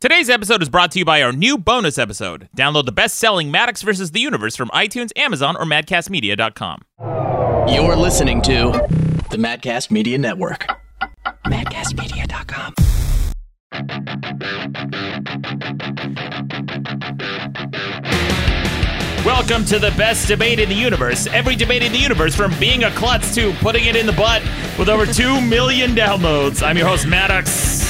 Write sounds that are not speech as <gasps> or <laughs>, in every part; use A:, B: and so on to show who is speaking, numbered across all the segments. A: Today's episode is brought to you by our new bonus episode. Download the best selling Maddox vs. the Universe from iTunes, Amazon, or MadcastMedia.com.
B: You're listening to the Madcast Media Network. MadcastMedia.com.
A: Welcome to the best debate in the universe. Every debate in the universe, from being a klutz to putting it in the butt, with over 2 million downloads. I'm your host, Maddox.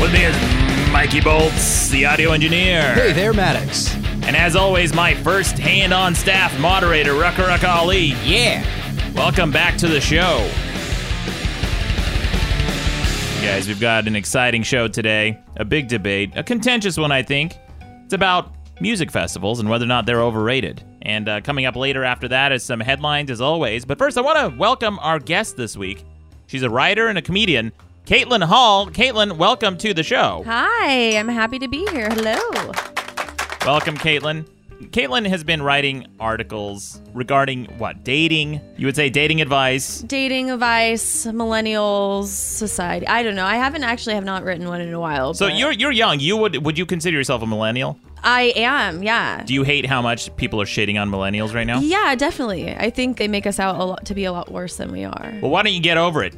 A: With me is Mikey Bolts, the audio engineer.
C: Hey there, Maddox.
A: And as always, my first hand on staff moderator, Rucker Ruck Ali.
C: Yeah.
A: Welcome back to the show. Guys, we've got an exciting show today, a big debate, a contentious one, I think. It's about music festivals and whether or not they're overrated. And uh, coming up later after that is some headlines, as always. But first, I want to welcome our guest this week. She's a writer and a comedian, Caitlin Hall. Caitlin, welcome to the show.
D: Hi, I'm happy to be here. Hello.
A: Welcome, Caitlin. Caitlin has been writing articles regarding what? Dating? You would say dating advice.
D: Dating advice, millennials, society. I don't know. I haven't actually have not written one in a while.
A: So
D: but
A: you're you're young. You would would you consider yourself a millennial?
D: I am. Yeah.
A: Do you hate how much people are shitting on millennials right now?
D: yeah, definitely. I think they make us out a lot to be a lot worse than we are.
A: Well, why don't you get over
D: <laughs>
A: it?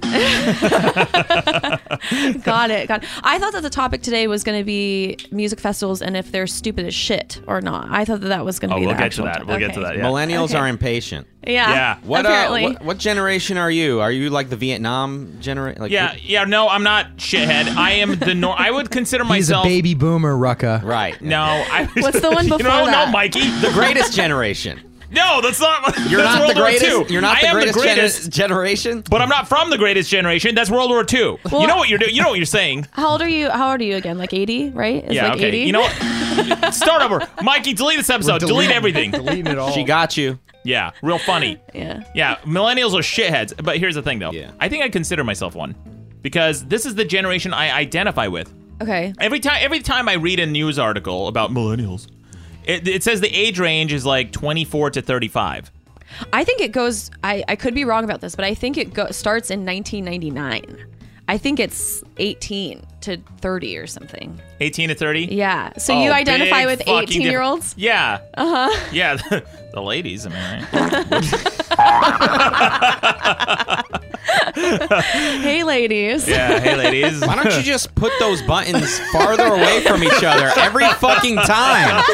D: got it. Got. It. I thought that the topic today was going to be music festivals and if they're stupid as shit or not. I thought that that was going to
A: Oh,
D: be.
A: we'll get
D: the
A: to
D: actual
A: that.
D: top-
A: We'll get
D: okay.
A: to that. Yeah.
C: Millennials
D: Okay.
C: are impatient.
D: Yeah.
A: Yeah.
C: What, uh,
D: apparently.
C: what what generation are you? Are you like the Vietnam generation? Like,
A: yeah, yeah. No, I'm not shithead. I am the nor. I would consider
E: He's a
A: myself.
E: baby boomer, Rucka.
C: Right.
A: No, I.
D: <laughs> What's the
A: <laughs>
D: one
A: You
D: before
A: know,
D: that?
A: No, Mikey.
C: The <laughs> greatest generation.
A: no, that's not. <laughs>
C: You're
A: that's
C: not
A: World
C: the
A: War
C: greatest.
A: II.
C: You're not
A: I
C: the
A: am
C: greatest,
A: the
C: gen-
A: greatest. <laughs>
C: generation.
A: but I'm not from the greatest generation. That's World War II. you
D: Well-
A: know what you're doing. You know what you're
D: <laughs>
A: saying.
D: How old are you? How old are you again? Like 80, right? It's
A: yeah.
D: like
A: okay.
D: 80.
A: You know what? Start over, Mikey. Delete this episode. delete
C: <laughs>
A: everything.
E: Deleting it all.
C: She got you.
A: Yeah, real funny.
D: Yeah.
A: Yeah, millennials are shitheads. But here's the thing, though.
C: Yeah.
A: I think I consider myself one because this is the generation I identify with.
D: Okay.
A: Every time, every time I read a news article about millennials, it, it says the age range is like 24 to 35.
D: I think it goes. I, I could be wrong about this, but I think it go, starts in 1999. I think it's 18 to 30 or something.
A: 18 to 30.
D: Yeah. So
A: Oh,
D: you identify
A: big
D: with Uh-huh.
A: fucking
D: 18 year
A: diff-
D: olds?
A: Yeah. Uh huh. Yeah, <laughs> the, ladies. Am I right?
D: Hey, ladies.
A: Yeah. Hey,
E: <laughs>
A: ladies.
C: Why don't you just put those
A: <laughs>
C: buttons farther away from each other every fucking time?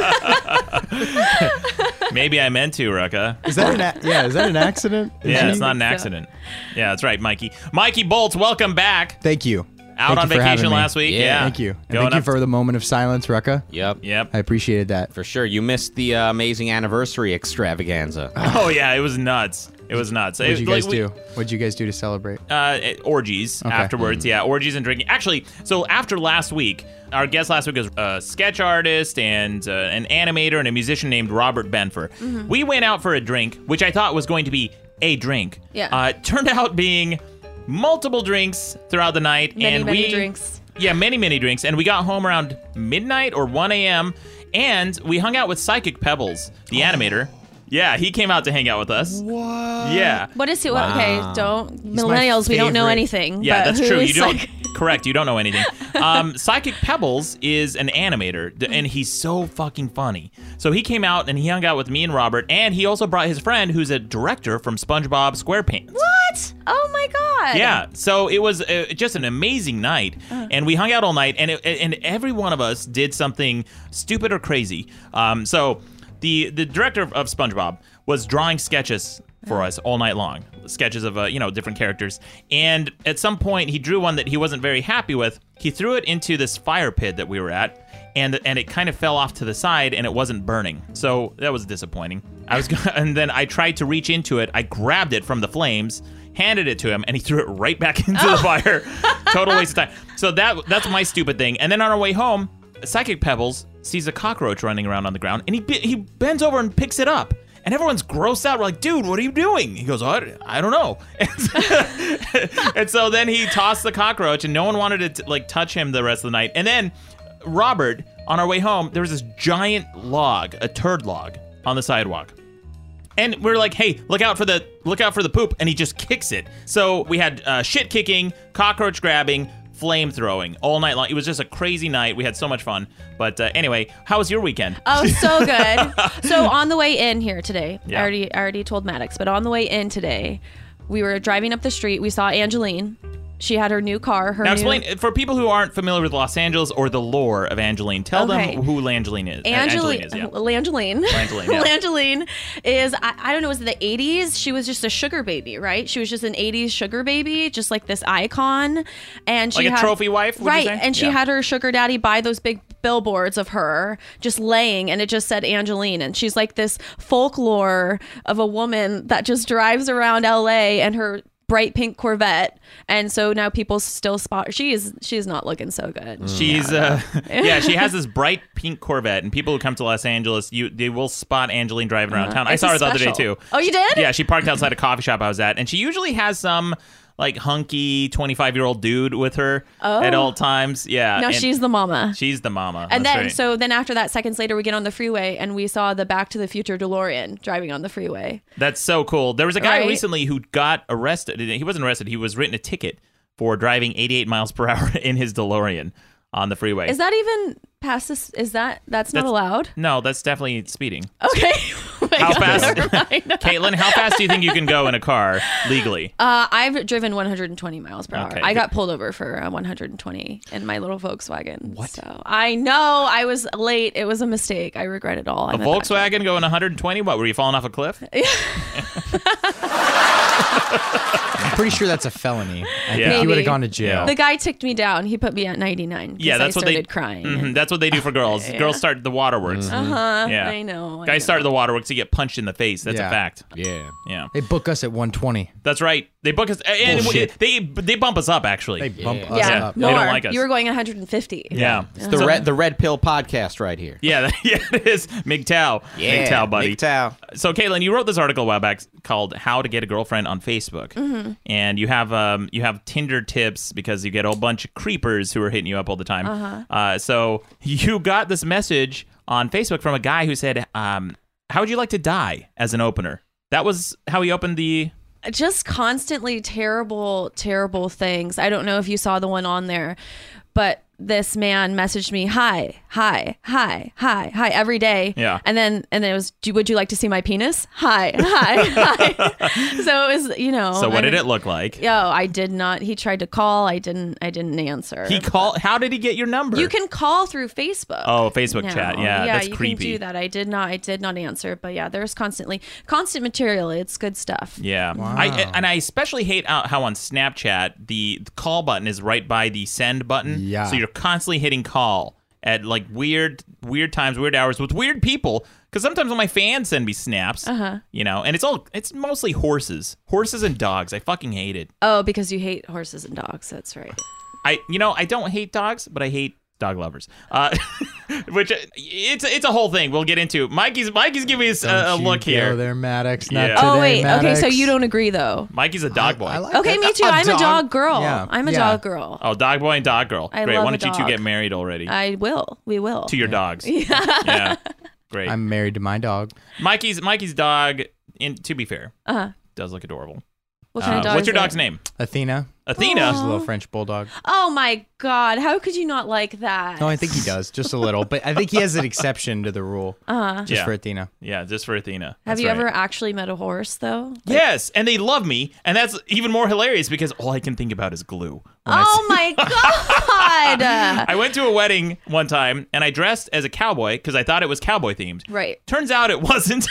A: <laughs> Maybe I meant to,
D: <laughs>
A: Rucka.
E: Is that an <laughs> a- yeah? Is that an accident? Is
A: Yeah,
E: she-
A: it's not an
D: so.
A: accident. Yeah, that's right, Mikey. Mikey Bolts, welcome back.
E: Thank you.
A: Out on
E: Thank you for having
A: vacation
E: me.
A: last week. Yeah.
C: Yeah.
E: Thank you. And
A: Going
E: thank you
A: up-
E: for the moment of silence, Rucka.
C: Yep.
A: Yep.
E: I appreciated that.
C: For sure. You missed the uh, amazing anniversary <laughs> extravaganza.
A: Oh yeah, it was nuts. It was nuts.
E: What'd you guys do? What'd you guys do
A: <laughs>
E: to celebrate?
A: Uh, eh, orgies afterwards. Yeah, orgies and drinking. Actually, so after last week, our guest last week was a sketch artist and uh, an animator and a musician named Robert Benfer.
D: Mm-hmm.
A: We went out for a drink, which I thought was going to be a drink.
D: Yeah.
A: Uh, it turned <laughs> out being multiple drinks throughout the night,
D: Many,
A: and
D: many
A: we
D: drinks.
A: Yeah, many many drinks, and we got home around midnight or 1 a.m. And we hung out with Psychic Pebbles, the
D: Oh.
A: animator. Yeah, he came out to hang out with us. What? Yeah.
D: What is it? well, Okay, don't.
E: my
D: millennials, we don't know
E: favorite.
D: anything.
A: Yeah,
D: but
A: that's
D: who
A: true. You
D: is
A: don't
D: like-
A: <laughs> correct. You don't know anything. Um, Psychic Pebbles is an animator,
D: Mm-hmm.
A: d- and he's so fucking funny. So he came out and he hung out with me and Robert, and he also brought his friend, who's a director from SpongeBob SquarePants.
D: What? Oh my God.
A: Yeah, so it was uh, just an amazing night, and we hung out all night, and it, and every one of us did something stupid or crazy. Um, so the the director of, of SpongeBob was drawing sketches for us all night long, sketches of uh, you know different characters, and at some point he drew one that he wasn't very happy with. He threw it into this fire pit that we were at. And, and it kind of fell off to the side and it wasn't burning. So that was disappointing. I was gonna, <laughs> and then I tried to reach into it. I grabbed it from the flames handed it to him, and he <laughs> threw it right back into the fire. Total waste of time. So that that's my stupid thing. And then on our way home, Psychic Pebbles sees a cockroach running around on the ground, and he be- he bends over and picks it up. And everyone's grossed out. We're like, dude, what are you doing? He goes, I, I don't know. And so, <laughs> and so then he tossed the cockroach, and no one wanted to t- like touch him the rest of the night. And then Robert, on our way home, there was this giant log, a turd log, on the sidewalk and we're like, "Hey, look out for the look out for the poop!" And he just kicks it. So we had uh, shit kicking, cockroach grabbing, flame throwing all night long. It was just a crazy night. We had so much fun. But uh, anyway, how was your weekend?
D: Oh, so
A: <laughs>
D: good. so on the way in here today,
A: Yeah.
D: I already I already told Maddox, but on the way in today, we were driving up the street. We saw Angeline. She had her new car. Her
A: now
D: new-
A: explain uh, for people who aren't familiar with Los Angeles or the lore of Angeline. Tell
D: Okay.
A: them who Langeline is. uh,
D: Angeline,
A: is.
D: <laughs>
A: Yeah.
D: Langeline,
A: Langeline, yeah.
D: <laughs> Langeline is I, I don't know was it the 80s? She was just a sugar baby, right? She was just an 80s sugar baby, just like this icon, and she
A: Like a
D: had,
A: trophy wife, would you
D: right?
A: say?
D: And she
A: Yeah.
D: had her sugar daddy buy those big billboards of her just laying, and it just said Angeline, and she's like this folklore of a woman that just drives around LA and her bright pink Corvette, and so now people still spot her. She is she is not looking so good.
A: She's uh
D: <laughs>
A: yeah, she has this bright pink Corvette and people who come to Los Angeles, you they will spot Angeline driving around town. I
D: Uh-huh. It's
A: saw
D: a
A: her the other day
D: special.
A: too.
D: Oh, you did?
A: Yeah, she parked outside a coffee shop I was at and she usually has some like hunky 25-year-old dude with her at all times. Yeah.
D: Oh. No,
A: and
D: she's the mama.
A: she's the mama.
D: And
A: That's
D: then,
A: right.
D: so then after that, seconds later, we get on the freeway and we saw the Back to the Future DeLorean driving on the freeway.
A: That's so cool. There was a guy
D: Right.
A: recently who got arrested. He wasn't arrested. He was written a ticket for driving 88 miles per <laughs> hour in his DeLorean on the freeway.
D: Is that even past this? Is that that's not
A: That's-
D: allowed? <laughs>
A: no, that's definitely speeding.
D: Okay. <laughs> Oh my
A: How
D: God, <laughs>
A: fast-
D: never mind.
A: Caitlin, how fast do you think you can go in a car legally?
D: uh, I've driven 120 miles per hour.
A: Okay,
D: I
A: good.
D: got pulled over for uh, 120 in my little Volkswagen. What? So I know I was late. It was a mistake. I regret it all.
A: A
D: I'm bad driver.
A: Volkswagen going 120? What, were you falling off a cliff?
E: I'm pretty sure that's a felony. I
A: Yeah.
E: think you would
D: Maybe.
E: have gone to jail.
D: The guy ticked me down. He put me at 99. 'cause
A: Yeah, that's
D: I
A: what they
D: started crying.
A: Mhm, that's what they do for
D: <laughs>
A: girls. Girls start the waterworks. Mm-hmm.
D: Uh huh.
A: Yeah.
D: I know. I
A: Guys
D: know.
A: start the waterworks, you get punched in the face. That's a
E: Yeah.
A: fact.
C: Yeah.
A: Yeah,
E: They book us at 120.
A: that's right. They book us, and
E: Bullshit.
A: they they bump us up actually.
E: They bump us
D: Yeah,
A: Yeah,
E: up.
A: they don't
D: more.
A: like us.
D: You were going 150.
A: yeah,
C: It's the red the red pill podcast right here.
A: Yeah, <laughs> yeah, it is. MGTOW. MGTOW, buddy.
C: MGTOW.
A: So, Caitlin, you wrote this article a while back called "How to Get a Girlfriend on Facebook,"
D: Mm-hmm.
A: and you have um you have Tinder tips because you get a whole bunch of creepers who are hitting you up all the time. Uh-huh. so you got this message on Facebook from a guy who said, um, "How would you like to die?" as an opener. That was how he opened the.
D: Just constantly terrible, terrible things. I don't know if you saw the one on there, but this man messaged me, "Hi, hi, hi, hi, hi," every day.
A: Yeah.
D: And then, and then it was, "Do- "Would you like to see my penis?" Hi, hi, hi. <laughs> So it was, you know.
A: So, what
D: Oh, I
A: did
D: mean,
A: it look like?
D: Yo, I did not. He tried to call. I didn't. I didn't answer.
A: He called. How did he get your number?
D: you can call through Facebook.
A: Oh, Facebook chat.
D: No.
A: Yeah, that's
D: you
A: creepy.
D: can do that. I did not. I did not answer. But yeah, there's constantly constant material. It's good stuff.
A: Yeah. I, and I especially hate out how on Snapchat the call button is right by the send button.
E: Yeah.
A: So you're constantly hitting call at like weird, weird times, weird hours with weird people. Because sometimes when my fans send me snaps, uh-huh. you know, and it's all it's mostly horses, horses and dogs. I fucking hate it.
D: Oh, because you hate horses and dogs. That's right.
A: I you know I don't hate dogs, but I hate dog lovers. Uh, <laughs> which uh, it's it's a whole thing. We'll get into. Mikey's Mikey's giving us a, a
E: Don't you
A: look here.
E: Go there, Maddox. Not
A: Yeah.
E: today,
D: oh wait.
E: Maddox.
D: Okay, so you don't agree though.
A: Mikey's a dog boy.
E: I like
D: Okay,
E: that.
D: me too. i I'm a dog girl.
E: Yeah.
D: I'm a
E: Yeah.
D: dog girl.
A: oh, dog boy and dog girl.
D: I
A: Great.
D: love
A: Why
D: a
A: don't you two
D: dog.
A: get married already?
D: I will. We will.
A: to your
D: <laughs>
A: dogs. Yeah. Great.
E: I'm married to my dog.
A: Mikey's Mikey's dog in to be fair,
D: Uh-huh.
A: does look adorable.
D: What kind
A: Uh,
D: of dog?
A: what's
D: is
A: your
D: it?
A: dog's name?
E: Athena.
A: Athena.
E: She's a little French bulldog.
D: Oh my God! How could you not like that?
E: No, I think he does, just a little. But I think he has an exception to the rule
D: Uh,
E: just
A: Yeah.
E: for Athena.
A: Yeah, just for Athena.
D: have
A: That's
D: you
A: right.
D: ever actually met a horse though?
A: Yes, and they love me, and that's even more hilarious because all I can think about is glue. when I see-
D: Oh my God!
A: <laughs> I went to a wedding one time and I dressed as a cowboy because I thought it was cowboy themed.
D: Right.
A: Turns out it <laughs> wasn't.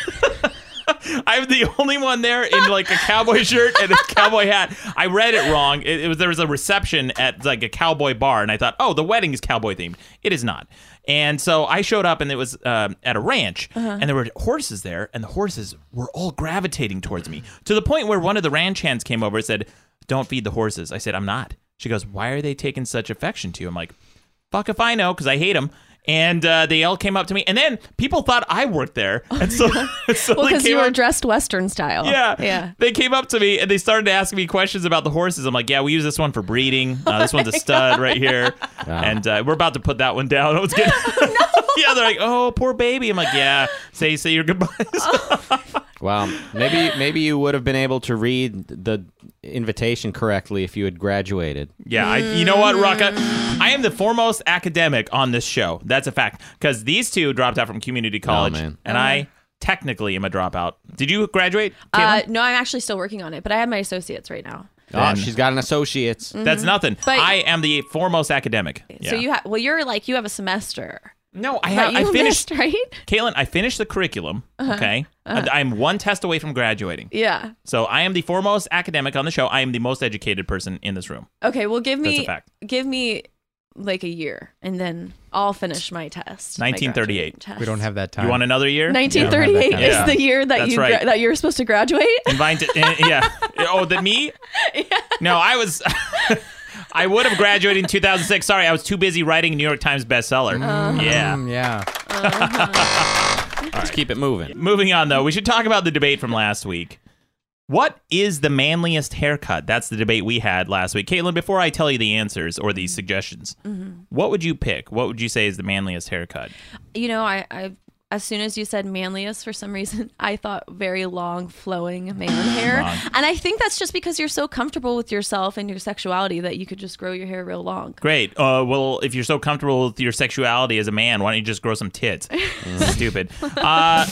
A: I'm the only one there in like a cowboy shirt and a cowboy hat. I read it wrong. It, it was there was a reception at like a cowboy bar, and I thought, oh, the wedding is cowboy themed. It is not. And so I showed up, and it was um, at a ranch,
D: Uh-huh.
A: and there were horses there, and the horses were all gravitating towards me to the point where one of the ranch hands came over and said, "Don't feed the horses." I said, "I'm not." She goes, "Why are they taking such affection to you?" I'm like, fuck if I know because I hate them. And uh, they all came up to me, and then people thought I worked there, and so, <laughs> so
D: Oh Well,
A: they
D: because you
A: came
D: were
A: up-
D: dressed Western
A: <laughs>
D: style.
A: yeah,
D: Yeah.
A: They came up to me and they started asking me questions about the horses. I'm like, yeah, we use this one for breeding. Uh, this
D: <laughs>
A: one's a stud right here, and uh, we're about to put that one down. <laughs> I was <laughs>
D: <laughs>
A: getting, yeah, they're like, oh, poor baby. I'm like, yeah, say say your goodbyes.
C: Wow. Maybe maybe you would have been able to read the invitation correctly if you had graduated.
A: <laughs> Yeah, I, you know what, Rocka? I am the foremost academic on this show. That's a fact. Because these two dropped out from community college,
C: man.
A: and I technically am a dropout. Did you graduate?
D: Uh,
A: Caitlin?
D: no, I'm actually still working on it, but I have my associates right now.
C: Oh, she's got an associate's.
A: That's nothing.
D: Uh, mm-hmm. But-
A: I am the foremost academic.
D: So
A: Yeah.
D: you have well, you're like you have a semester.
A: no, I
D: that
A: have. I
D: you
A: finished.
D: missed, <laughs> right?
A: Caitlin, I finished the curriculum. Okay, I, am one test away from graduating.
D: Yeah.
A: So I am the foremost academic on the show. I am the most educated person in this room.
D: Okay. Well, give
A: That's a
D: me
A: fact.
D: give me like a year, and then I'll finish my test. my
A: 1938.
D: graduate test.
E: We don't have that time.
A: You want another year?
E: We
D: 1938
A: have
E: don't
A: that
D: is
A: kind of-
D: the year that
A: That's
D: you
A: right.
D: gra- that you're supposed to graduate.
E: <laughs>
A: Invite eh, yeah. Oh, that me? No, I was. <laughs> I would have graduated in 2006. Sorry, I was too busy writing New York Times bestseller. Yeah.
E: Mm, yeah.
C: Let's keep it moving.
A: Moving on though, we should talk about the debate from last week. What is the manliest haircut? That's the debate we had last week. Caitlin, before I tell you the answers or the suggestions, what would you pick? What would you say is the manliest haircut?
D: You know, I, I as soon as you said manliest, for some reason, <laughs> I thought very long, flowing man hair,
A: Long.
D: and I think that's just because you're so comfortable with yourself and your sexuality that you could just grow your hair
A: <laughs>
D: real long.
A: Great. Uh, well, if you're so comfortable with your sexuality as a man, why don't you just grow some
D: <laughs>
A: tits? Stupid. Uh,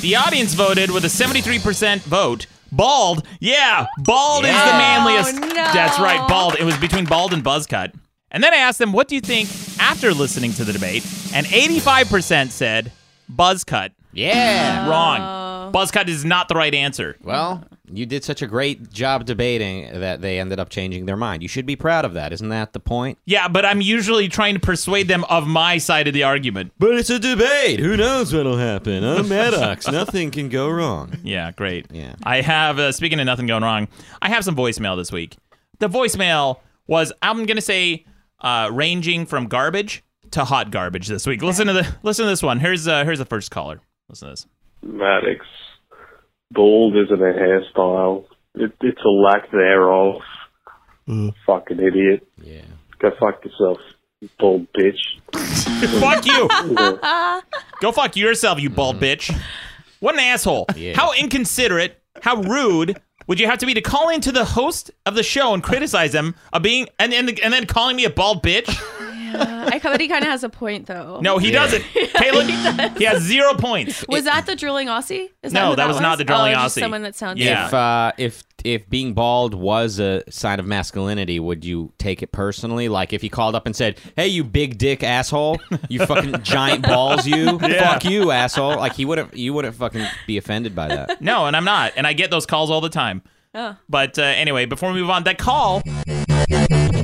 A: the audience voted with a 73% vote. Bald. Yeah, bald is the
C: Yeah.
A: manliest.
D: Oh, no.
A: That's right, bald. It was between bald and buzz cut. And then I asked them, what do you think after listening to the debate? And 85% said buzz cut.
C: Yeah.
D: Oh.
A: Wrong. Buzz cut is not the right answer.
C: Well, you did such a great job debating that they ended up changing their mind. You should be proud of that. Isn't that the point?
A: Yeah, but I'm usually trying to persuade them of my side of the argument.
C: But it's a debate. Who knows what'll happen? I'm Maddox. Nothing can go wrong.
A: Yeah, great.
C: Yeah.
A: I have uh, speaking of nothing going wrong, I have some voicemail this week. The voicemail was I'm gonna say uh, ranging from garbage to hot garbage this week. Listen to the listen to this one. Here's uh, here's the first caller. Listen to this.
F: Maddox. Bald isn't a hairstyle. It, it's a lack thereof. Fucking idiot.
C: Yeah.
F: Go fuck yourself, you bald bitch.
A: fuck you. Go fuck yourself, you bald bitch. What an asshole. How inconsiderate, how rude would you have to be to call in to the host of the show and criticize them of being and and, and then calling me a bald bitch?
D: Uh, I but he kind of has a point though.
A: No, he doesn't. Caleb, he has zero points.
D: Was that the drilling Aussie? Is
A: No,
D: who
A: that was not the drilling
D: oh, just
A: Aussie.
D: Someone that sounds
A: Yeah.
C: If uh, if if being bald was a sign of masculinity, would you take it personally? Like if he called up and said, "Hey, you big dick asshole, you <laughs> fucking giant balls, you fuck you asshole," like he wouldn't you wouldn't fucking be offended by that.
A: No, and I'm not. And I get those calls all the time. But uh, anyway, before we move on, that call,
C: <laughs>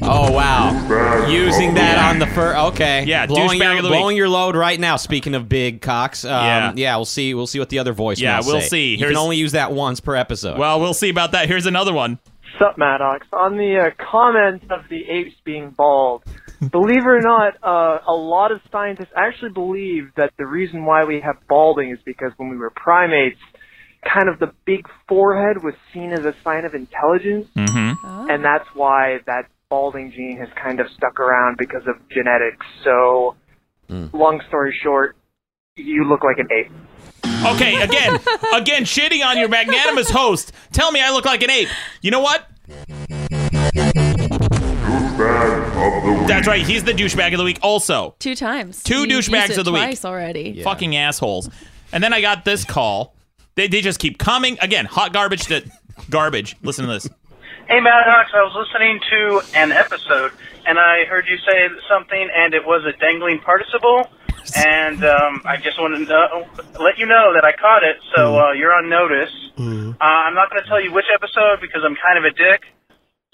C: Oh wow, using that on the fur. Okay,
A: Yeah,
C: blowing
A: douchebag
C: your,
A: of the week.
C: blowing your load right now. Speaking of big cocks, um,
A: Yeah.
C: yeah, we'll see. We'll see what the other voice.
A: Yeah, we'll see.
C: You
A: Here's-
C: can only use that once per episode.
A: well, we'll see about that. Here's another one.
G: Sup, Maddox. On the uh, comment of the apes being bald, believe it or not, uh, a lot of scientists actually believe that the reason why we have balding is because when we were primates, kind of the big forehead was seen as a sign of intelligence, and that's why that balding gene has kind of stuck around because of genetics. So, long story short, you look like an ape.
A: Okay, again, again, shitting on your magnanimous host. Tell me I look like an ape. You know what? That's right. He's the douchebag of the week, also.
D: Two times.
A: Two
D: You used
A: douchebags
D: it
A: of the week.
D: Twice already.
A: Fucking assholes. And then I got this call. They, they just keep coming. Again, hot garbage to garbage. Listen to this.
H: Hey, Maddox, I was listening to an episode, and I heard you say something, and it was a dangling participle, and um, I just wanted to know, let you know that I caught it, so uh, you're on notice. Uh, I'm not going to tell you which episode because I'm kind of a dick,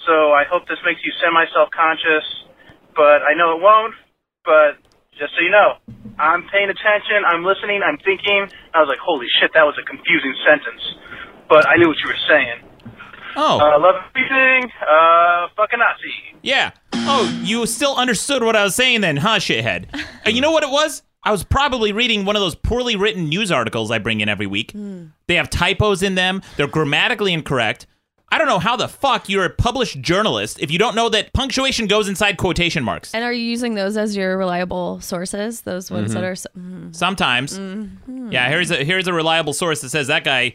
H: so I hope this makes you semi-self-conscious, but I know it won't, but just so you know, I'm paying attention, I'm listening, I'm thinking. I was like, holy shit, that was a confusing sentence, but I knew what you were saying.
A: Oh,
H: Uh, love everything. Uh, fucking Nazi.
A: yeah. Oh, you still understood what I was saying then, huh, shithead? And you know what it was? I was probably reading one of those poorly written news articles I bring in every week. They have typos in them, they're grammatically incorrect. I don't know how the fuck you're a published journalist if you don't know that punctuation goes inside quotation marks.
D: And are you using those as your reliable sources? Those ones that
A: Mm-hmm.
D: are. So- mm.
A: Sometimes. Yeah, here's a here's a reliable source that says that guy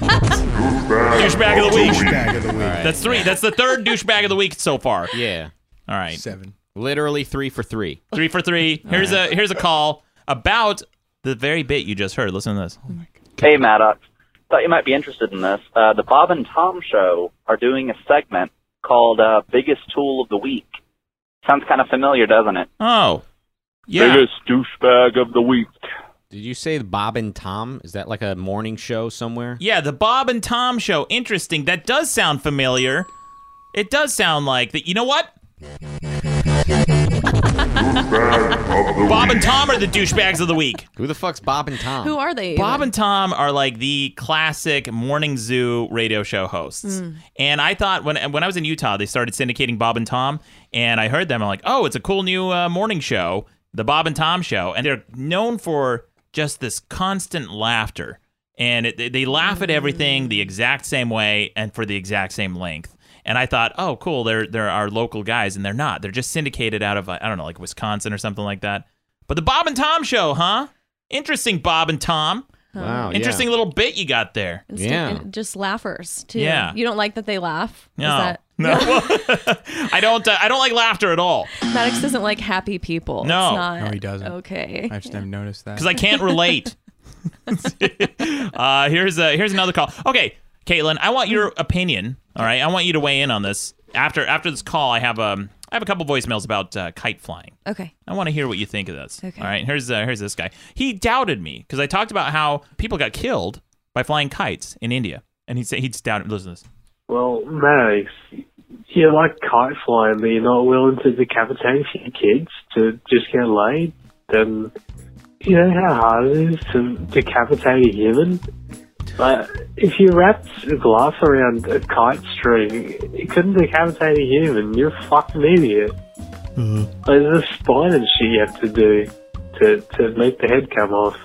A: douchebag of the week.
I: Douchebag of the week.
A: That's three. That's the third douchebag of the week so far.
C: Yeah.
A: All right.
I: Seven.
C: Literally three for three.
A: Three for three. Here's a here's a call about the very bit you just heard. Listen to this.
J: Hey, Maddox. Thought you might be interested in this. Uh, the Bob and Tom Show are doing a segment called uh, Biggest Tool of the Week. Sounds kind of familiar, doesn't it?
A: Oh. Yeah.
F: Biggest douchebag of the week.
C: Did you say Bob and Tom? Is that like a morning show somewhere?
A: Yeah, the Bob and Tom show. Interesting. That does sound familiar. It does sound like that. You know what? Bob and Tom are the douchebags of the week.
C: Who the fuck's Bob and Tom?
D: Who are they?
A: Bob and Tom are like the classic morning zoo radio show hosts. And I thought when when I was in Utah, they started syndicating Bob and Tom, and I heard them. I'm like, oh, it's a cool new uh, morning show, the Bob and Tom show, and they're known for just this constant laughter, and it, they- they laugh at everything the exact same way and for the exact same length. And I thought, oh, cool, they're they're our local guys, and they're not. They're just syndicated out of uh, I don't know, like Wisconsin or something like that. But the Bob and Tom show, huh? Interesting, Bob and Tom.
C: Wow. yeah.
A: Interesting little bit you got there.
D: Instead-
C: Yeah.
D: and just laughers too.
A: Yeah.
D: You don't like that they laugh. Is
A: No,
D: that-
A: no, <laughs> I don't. Uh, I don't like laughter at all
D: Maddox doesn't like happy people.
A: No.
D: It's not-
E: No, he doesn't.
D: Okay.
E: I just never noticed that.
A: because I can't
D: <laughs>
A: relate. uh, here's a, here's another call. Okay, Caitlin, I want your opinion. All right, I want you to weigh in on this after after this call. I have um I have a couple voicemails about uh, kite flying.
D: Okay.
A: I want to hear what you think of this.
D: Okay.
A: All right, here's uh, here's this guy. He doubted me because I talked about how people got killed by flying kites in India, and he said he's doubted. Listen to this.
F: Well, Maddox, you like kite flying, but you're not willing to decapitate your kids to just get laid. Then you know how hard it is to decapitate a human. Like, if you wrapped a glass around a kite string, it couldn't decapitate a human. You're a fucking idiot. Like, there's a spine and shit you have to do to to make the head come off.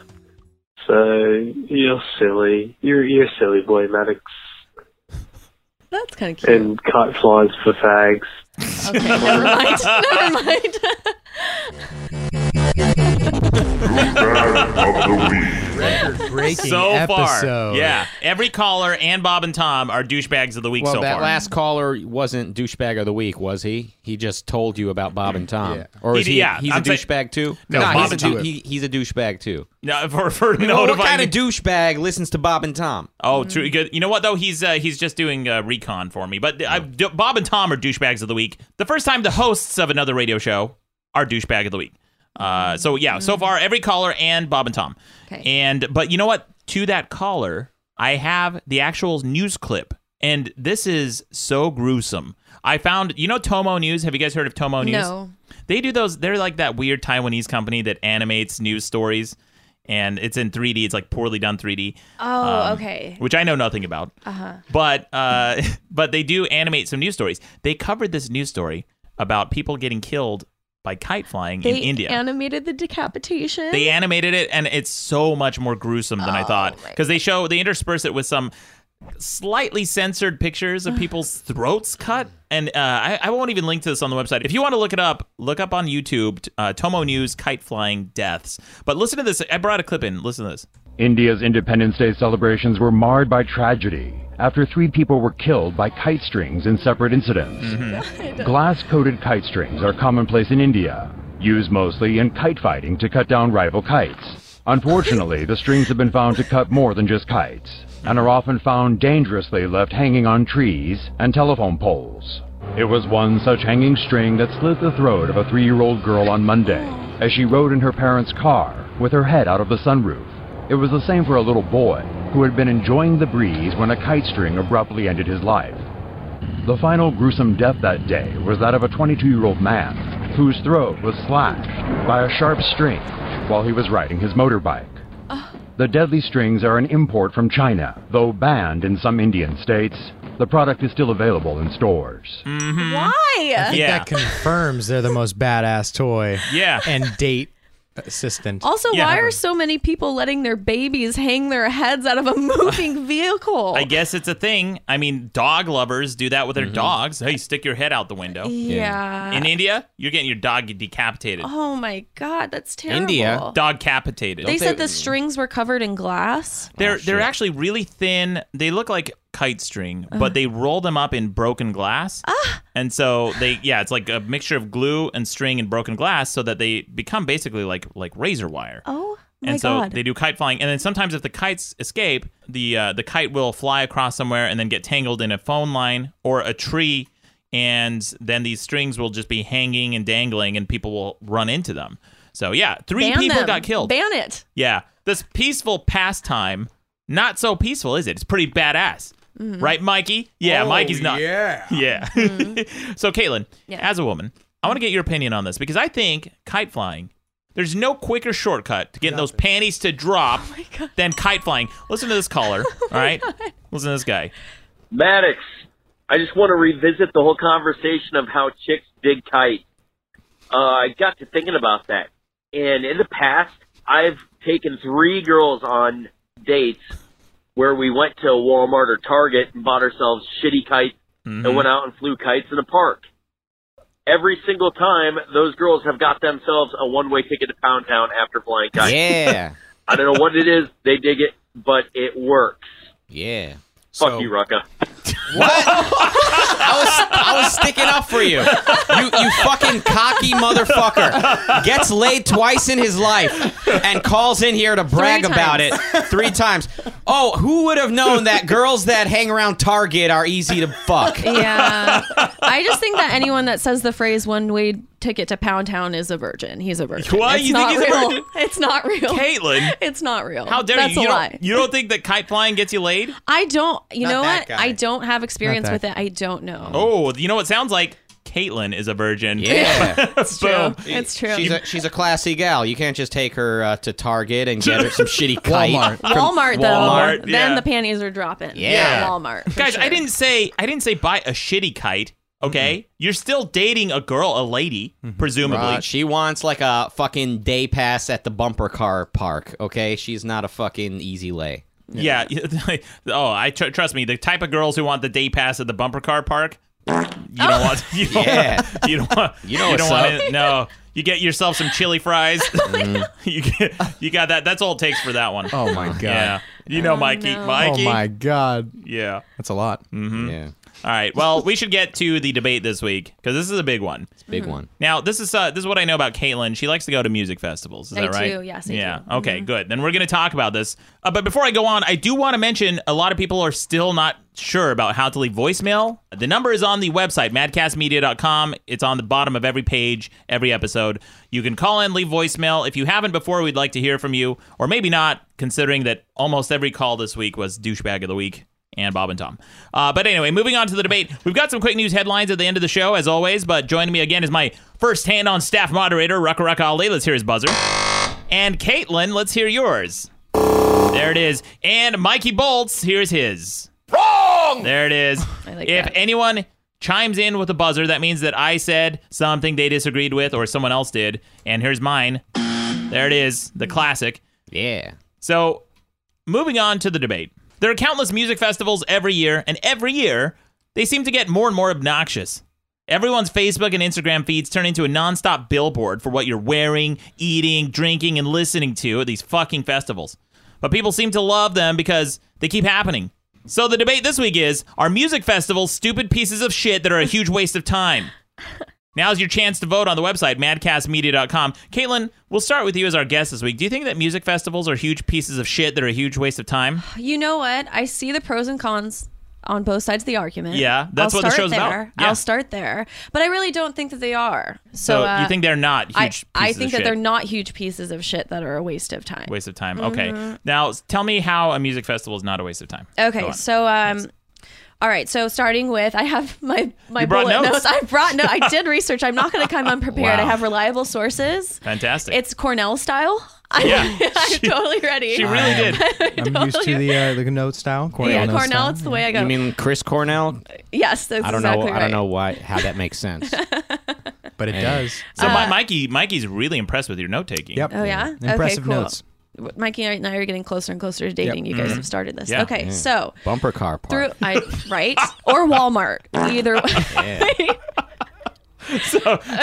F: So you're silly. You're you're a silly boy, Maddox
D: That's kind of cute.
F: and kite flies for fags.
D: Okay.
A: <laughs>
D: Never mind. Never mind.
E: Breaking
A: so
E: episode.
A: far. Yeah. Every caller and Bob and Tom are douchebags of the week
C: Well,
A: so
C: that
A: far.
C: last caller wasn't douchebag of the week, was he? He just told you about Bob and Tom,
E: Yeah.
C: or is
A: He-
C: he?
A: yeah,
C: he's
A: I'm
C: a
A: saying-
C: douchebag too.
A: No,
C: Nah,
A: Bob
C: he's, a
A: and
C: dou-
A: Tom.
C: he- he's a douchebag too.
A: no, for, for
C: Well, what
A: notifying
C: kind of
A: me-
C: douchebag listens to Bob and Tom?
A: Oh, true. Good. You know what though? He's uh, he's just doing uh, recon for me. But I, d- Bob and Tom are douchebags of the week. The first time the hosts of another radio show are douchebag of the week. Uh, so yeah, so far every caller and Bob and Tom.
D: Okay.
A: And but you know what? To that caller, I have the actual news clip, and this is so gruesome. I found you know Tomo News. Have you guys heard of Tomo News?
D: No.
A: They do those. They're like that weird Taiwanese company that animates news stories, and it's in 3D. It's like poorly done 3D, Um,
D: Oh, okay.
A: which I know nothing about. Uh-huh. But uh, <laughs> but they do animate some news stories. They covered this news story about people getting killed by kite flying in
D: They
A: India.
D: animated the decapitation.
A: they animated it, and it's so much more gruesome than I thought because they show they intersperse it with some slightly censored pictures of people's throats cut. And uh, I, I won't even link to this on the website. If you want to look it up, look up on YouTube t- uh, Tomo News kite flying deaths. But listen to this. I brought a clip in. Listen to this.
K: India's Independence Day celebrations were marred by tragedy after three people were killed by kite strings in separate incidents. Glass coated kite strings are commonplace in India, used mostly in kite fighting to cut down rival kites. Unfortunately, the strings have been found to cut more than just kites and are often found dangerously left hanging on trees and telephone poles. It was one such hanging string that slit the throat of a three year old girl on Monday as she rode in her parents' car with her head out of the sunroof. It was the same for a little boy who had been enjoying the breeze when a kite string abruptly ended his life. The final gruesome death that day was that of a 22 year old man whose throat was slashed by a sharp string while he was riding his motorbike. The deadly strings are an import from China, though banned in some Indian states. The product is still available in stores.
D: Why?
E: I think
A: Yeah.
E: that confirms they're the most badass toy
A: Yeah.
E: and date assistant.
D: Also, why are so many people letting their babies hang their heads out of a <laughs> moving vehicle?
A: <laughs> I guess it's a thing. I mean, dog lovers do that with their dogs. Hey, stick your head out the window.
D: Yeah.
A: In India, you're getting your dog decapitated.
D: Oh my god, that's terrible.
A: Dog capitated.
D: They said the strings were covered in glass.
A: They're they're actually really thin. They look like kite string,
D: Uh-huh.
A: but they roll them up in broken glass.
D: Ah.
A: And so they yeah, it's like a mixture of glue and string and broken glass so that they become basically like like razor wire.
D: Oh my
A: and so
D: god.
A: they do kite flying and then sometimes if the kites escape, the uh, the kite will fly across somewhere and then get tangled in a phone line or a tree and then these strings will just be hanging and dangling and people will run into them. So yeah, three
D: Ban
A: people
D: them.
A: got killed.
D: Ban it.
A: Yeah. This peaceful pastime, not so peaceful, is it? It's pretty badass.
D: Mm-hmm.
A: Right, Mikey? Yeah,
I: Oh,
A: Mikey's not.
I: yeah.
A: <laughs> Yeah. <laughs> so, Caitlin,
D: Mm-hmm. Yeah.
A: as a woman, I want to get your opinion on this because I think kite flying, there's no quicker shortcut to getting those panties to
D: <laughs>
A: drop
D: Oh
A: than kite flying. Listen to this caller, all right? Listen to this guy.
L: Maddox, I just want to revisit the whole conversation of how chicks dig tight. Uh, I got to thinking about that. And in the past, I've taken three girls on dates where we went to Walmart or Target and bought ourselves shitty kites and went out and flew kites in a park. Every single time, those girls have got themselves a one way ticket to Pound Town after flying kites.
C: Yeah.
L: I don't know what it is. They dig it, but it works.
C: Yeah.
L: Fuck you, Rucka.
C: <laughs> I was I was sticking up for you. You you fucking cocky motherfucker gets laid twice in his life and calls in here to brag
I: Three
C: about
I: times.
C: it three times. Oh, who would have known that girls that hang around Target are easy to fuck?
D: <laughs> Yeah. I just think that anyone that says the phrase one way ticket to Pound Town is a virgin. He's a virgin.
A: What?
D: It's
A: You think
D: not
A: he's a
D: real.
A: virgin?
D: <laughs> It's not real.
A: Caitlin.
D: It's not real.
A: How dare
D: Oh. That's
A: you? You
D: a
A: don't,
D: lie.
A: you don't think that kite flying gets you
D: <laughs>
A: laid?
D: I don't, you
A: Not
D: know
A: that
D: what?
A: guy.
D: I don't have experience
A: that
D: with it. I don't know.
A: Oh, you know what it sounds like? Caitlin is a virgin.
C: Yeah.
A: <laughs> it's
D: true. It's true.
C: She's a, she's a classy gal. You can't just take her uh, to Target and get her some shitty kite.
D: Walmart.
C: from
D: Walmart, though.
C: Walmart,
D: then
C: yeah.
D: the panties are dropping.
C: Yeah.
D: Walmart. for
A: Guys, I
D: sure.
A: didn't say I didn't say buy a shitty kite. Okay, you're still dating a girl, a lady,
E: Mm-hmm.
A: presumably.
C: Right, she wants like a fucking day pass at the bumper car park. Okay, she's not a fucking easy lay.
A: Yeah. <laughs> oh, I tr- trust me. The type of girls who want the day pass at the bumper car park, you
E: Oh.
A: don't want. <laughs> You don't
C: Yeah.
A: Want, you don't want.
C: You know
A: don't
C: what's
A: want
C: up. Mm-hmm.
A: it. No. You get yourself some chili fries. <laughs> you get, you got that. That's all it takes for that one.
E: Oh my God.
A: Yeah. You know, Mikey. Mikey.
E: Oh my god.
A: Yeah.
E: That's a lot.
A: Mm-hmm.
C: Yeah.
A: All right. Well, we should get to the debate this week because this is a big one. It's a
D: Mm-hmm.
C: big Mhm.
D: <laughs>
C: one.
A: Now, this is uh, this is what I know about Caitlin. She likes to go to music festivals. Is
D: I
A: that right?
D: do, yes, I
A: yeah.
D: do.
A: Okay. Good. Then we're going to talk about this. Uh, but before I go on, I do want to mention a lot of people are still not sure about how to leave voicemail. The number is on the website madcastmedia.com. It's on the bottom of every page, every episode. You can call in, leave voicemail. If you haven't before, we'd like to hear from you, or maybe not, considering that almost every call this week was douchebag of the week and Bob and Tom. Uh, but anyway, moving on to the debate. We've got some quick news headlines at the end of the show, as always. But joining me again is my first hand on staff moderator, Rucka Rucka Ali. Let's hear his buzzer. And Caitlin, let's hear yours. There it is. And Mikey Bolts, here's his. Wrong! There it is. if anyone chimes in with a buzzer, that means that I said something they disagreed with or someone else did. And here's mine. There it is, the classic.
C: Yeah.
A: So, moving on to the debate. There are countless music festivals every year, and every year they seem to get more and more obnoxious. Everyone's Facebook and Instagram feeds turn into a nonstop billboard for what you're wearing, eating, drinking, and listening to at these fucking festivals. But people seem to love them because they keep happening. So the debate this week is are music festivals stupid pieces of shit that are a huge waste of
D: <laughs>
A: time? Now's your chance to vote on the website, madcastmedia.com. Caitlin, we'll start with you as our guest this week. Do you think that music festivals are huge pieces of shit that are a huge waste of time?
D: You know what? I see the pros and cons on both sides of the argument.
A: Yeah, that's
D: I'll
A: what the
D: start
A: show's about.
D: there.
A: Yeah.
D: I'll start there, but I really don't think that they are. So,
A: So,
D: uh,
A: you think they're not huge
D: I,
A: pieces
D: I
A: of
D: think that
A: shit?
D: they're not huge pieces of shit that are a waste of time.
A: Waste of time. Okay.
D: Mhm.
A: Now, s- tell me how a music festival is not a waste of time. Go
D: Okay,
A: on.
D: so um, all right. So starting with, I have <laughs> my my
A: You brought
D: bullet
A: notes?
D: I brought no. I did research. I'm not going
A: <laughs>
D: to come unprepared.
A: Wow.
D: I have reliable sources.
A: Fantastic.
D: It's Cornell style. <laughs> I,
A: Yeah.
D: I'm totally ready.
A: she really
D: <laughs>
A: did.
E: I'm used to the uh, the note style. Cornell
D: yeah,
E: note
D: Cornell.
E: style.
D: It's the way I go.
C: You mean Chris Cornell?
D: yes, that's
C: I don't
D: exactly
C: know.
D: right. <laughs>
C: I don't know why how that makes sense.
E: but it does.
A: So
D: Uh,
A: my, Mikey, Mikey's really impressed with your note taking. <laughs>
D: Oh yeah.
E: Mm-hmm.
D: okay, cool. W- Mikey and I are getting closer and closer to dating. You guys
A: Mhm.
D: have started this.
A: Yeah.
D: Okay,
A: Yeah.
D: so
C: Bumper car park. <laughs>
D: <laughs> through I right or Walmart, either way.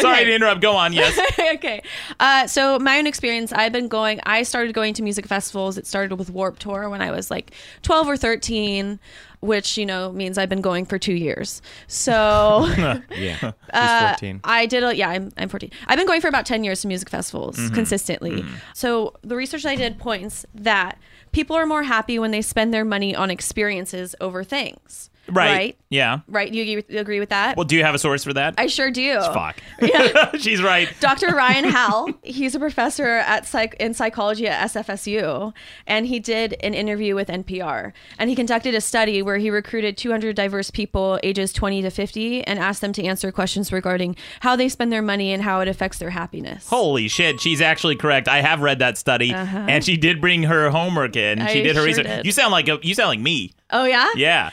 A: Sorry to interrupt. Go on.
D: <laughs>
A: Yes.
D: <laughs> okay. Uh, so my own experience, I've been going. I started going to music festivals. It started with Warp Tour when I was like twelve or thirteen, which you know means I've been going for two years. So.
E: yeah. She's
D: Uh,
E: 14.
D: I did. A, yeah, I'm, I'm 14. I've been going for about 10 years to music festivals
A: Mm-hmm.
E: Mhm.
D: consistently.
E: Mhm.
D: So the research I did points that people are more happy when they spend their money on experiences over things.
A: Right.
D: Right.
A: Yeah.
D: Right? You, you agree with that?
A: Well, do you have a source for that?
D: I sure do.
A: Fuck. <laughs> She's right.
D: Dr. Ryan Howell, he's a professor at psych- in psychology at SFSU, and he did an interview with NPR. And he conducted a study where he recruited 200 diverse people ages 20 to 50 and asked them to answer questions regarding how they spend their money and how it affects their happiness.
A: Holy shit, she's actually correct. I have read that study,
D: Uh-huh.
A: and she did bring her homework in.
D: I
A: she did her
D: sure
A: research.
D: did.
A: You sound like a, you sound like me.
D: Oh, yeah? <laughs>
A: Yeah.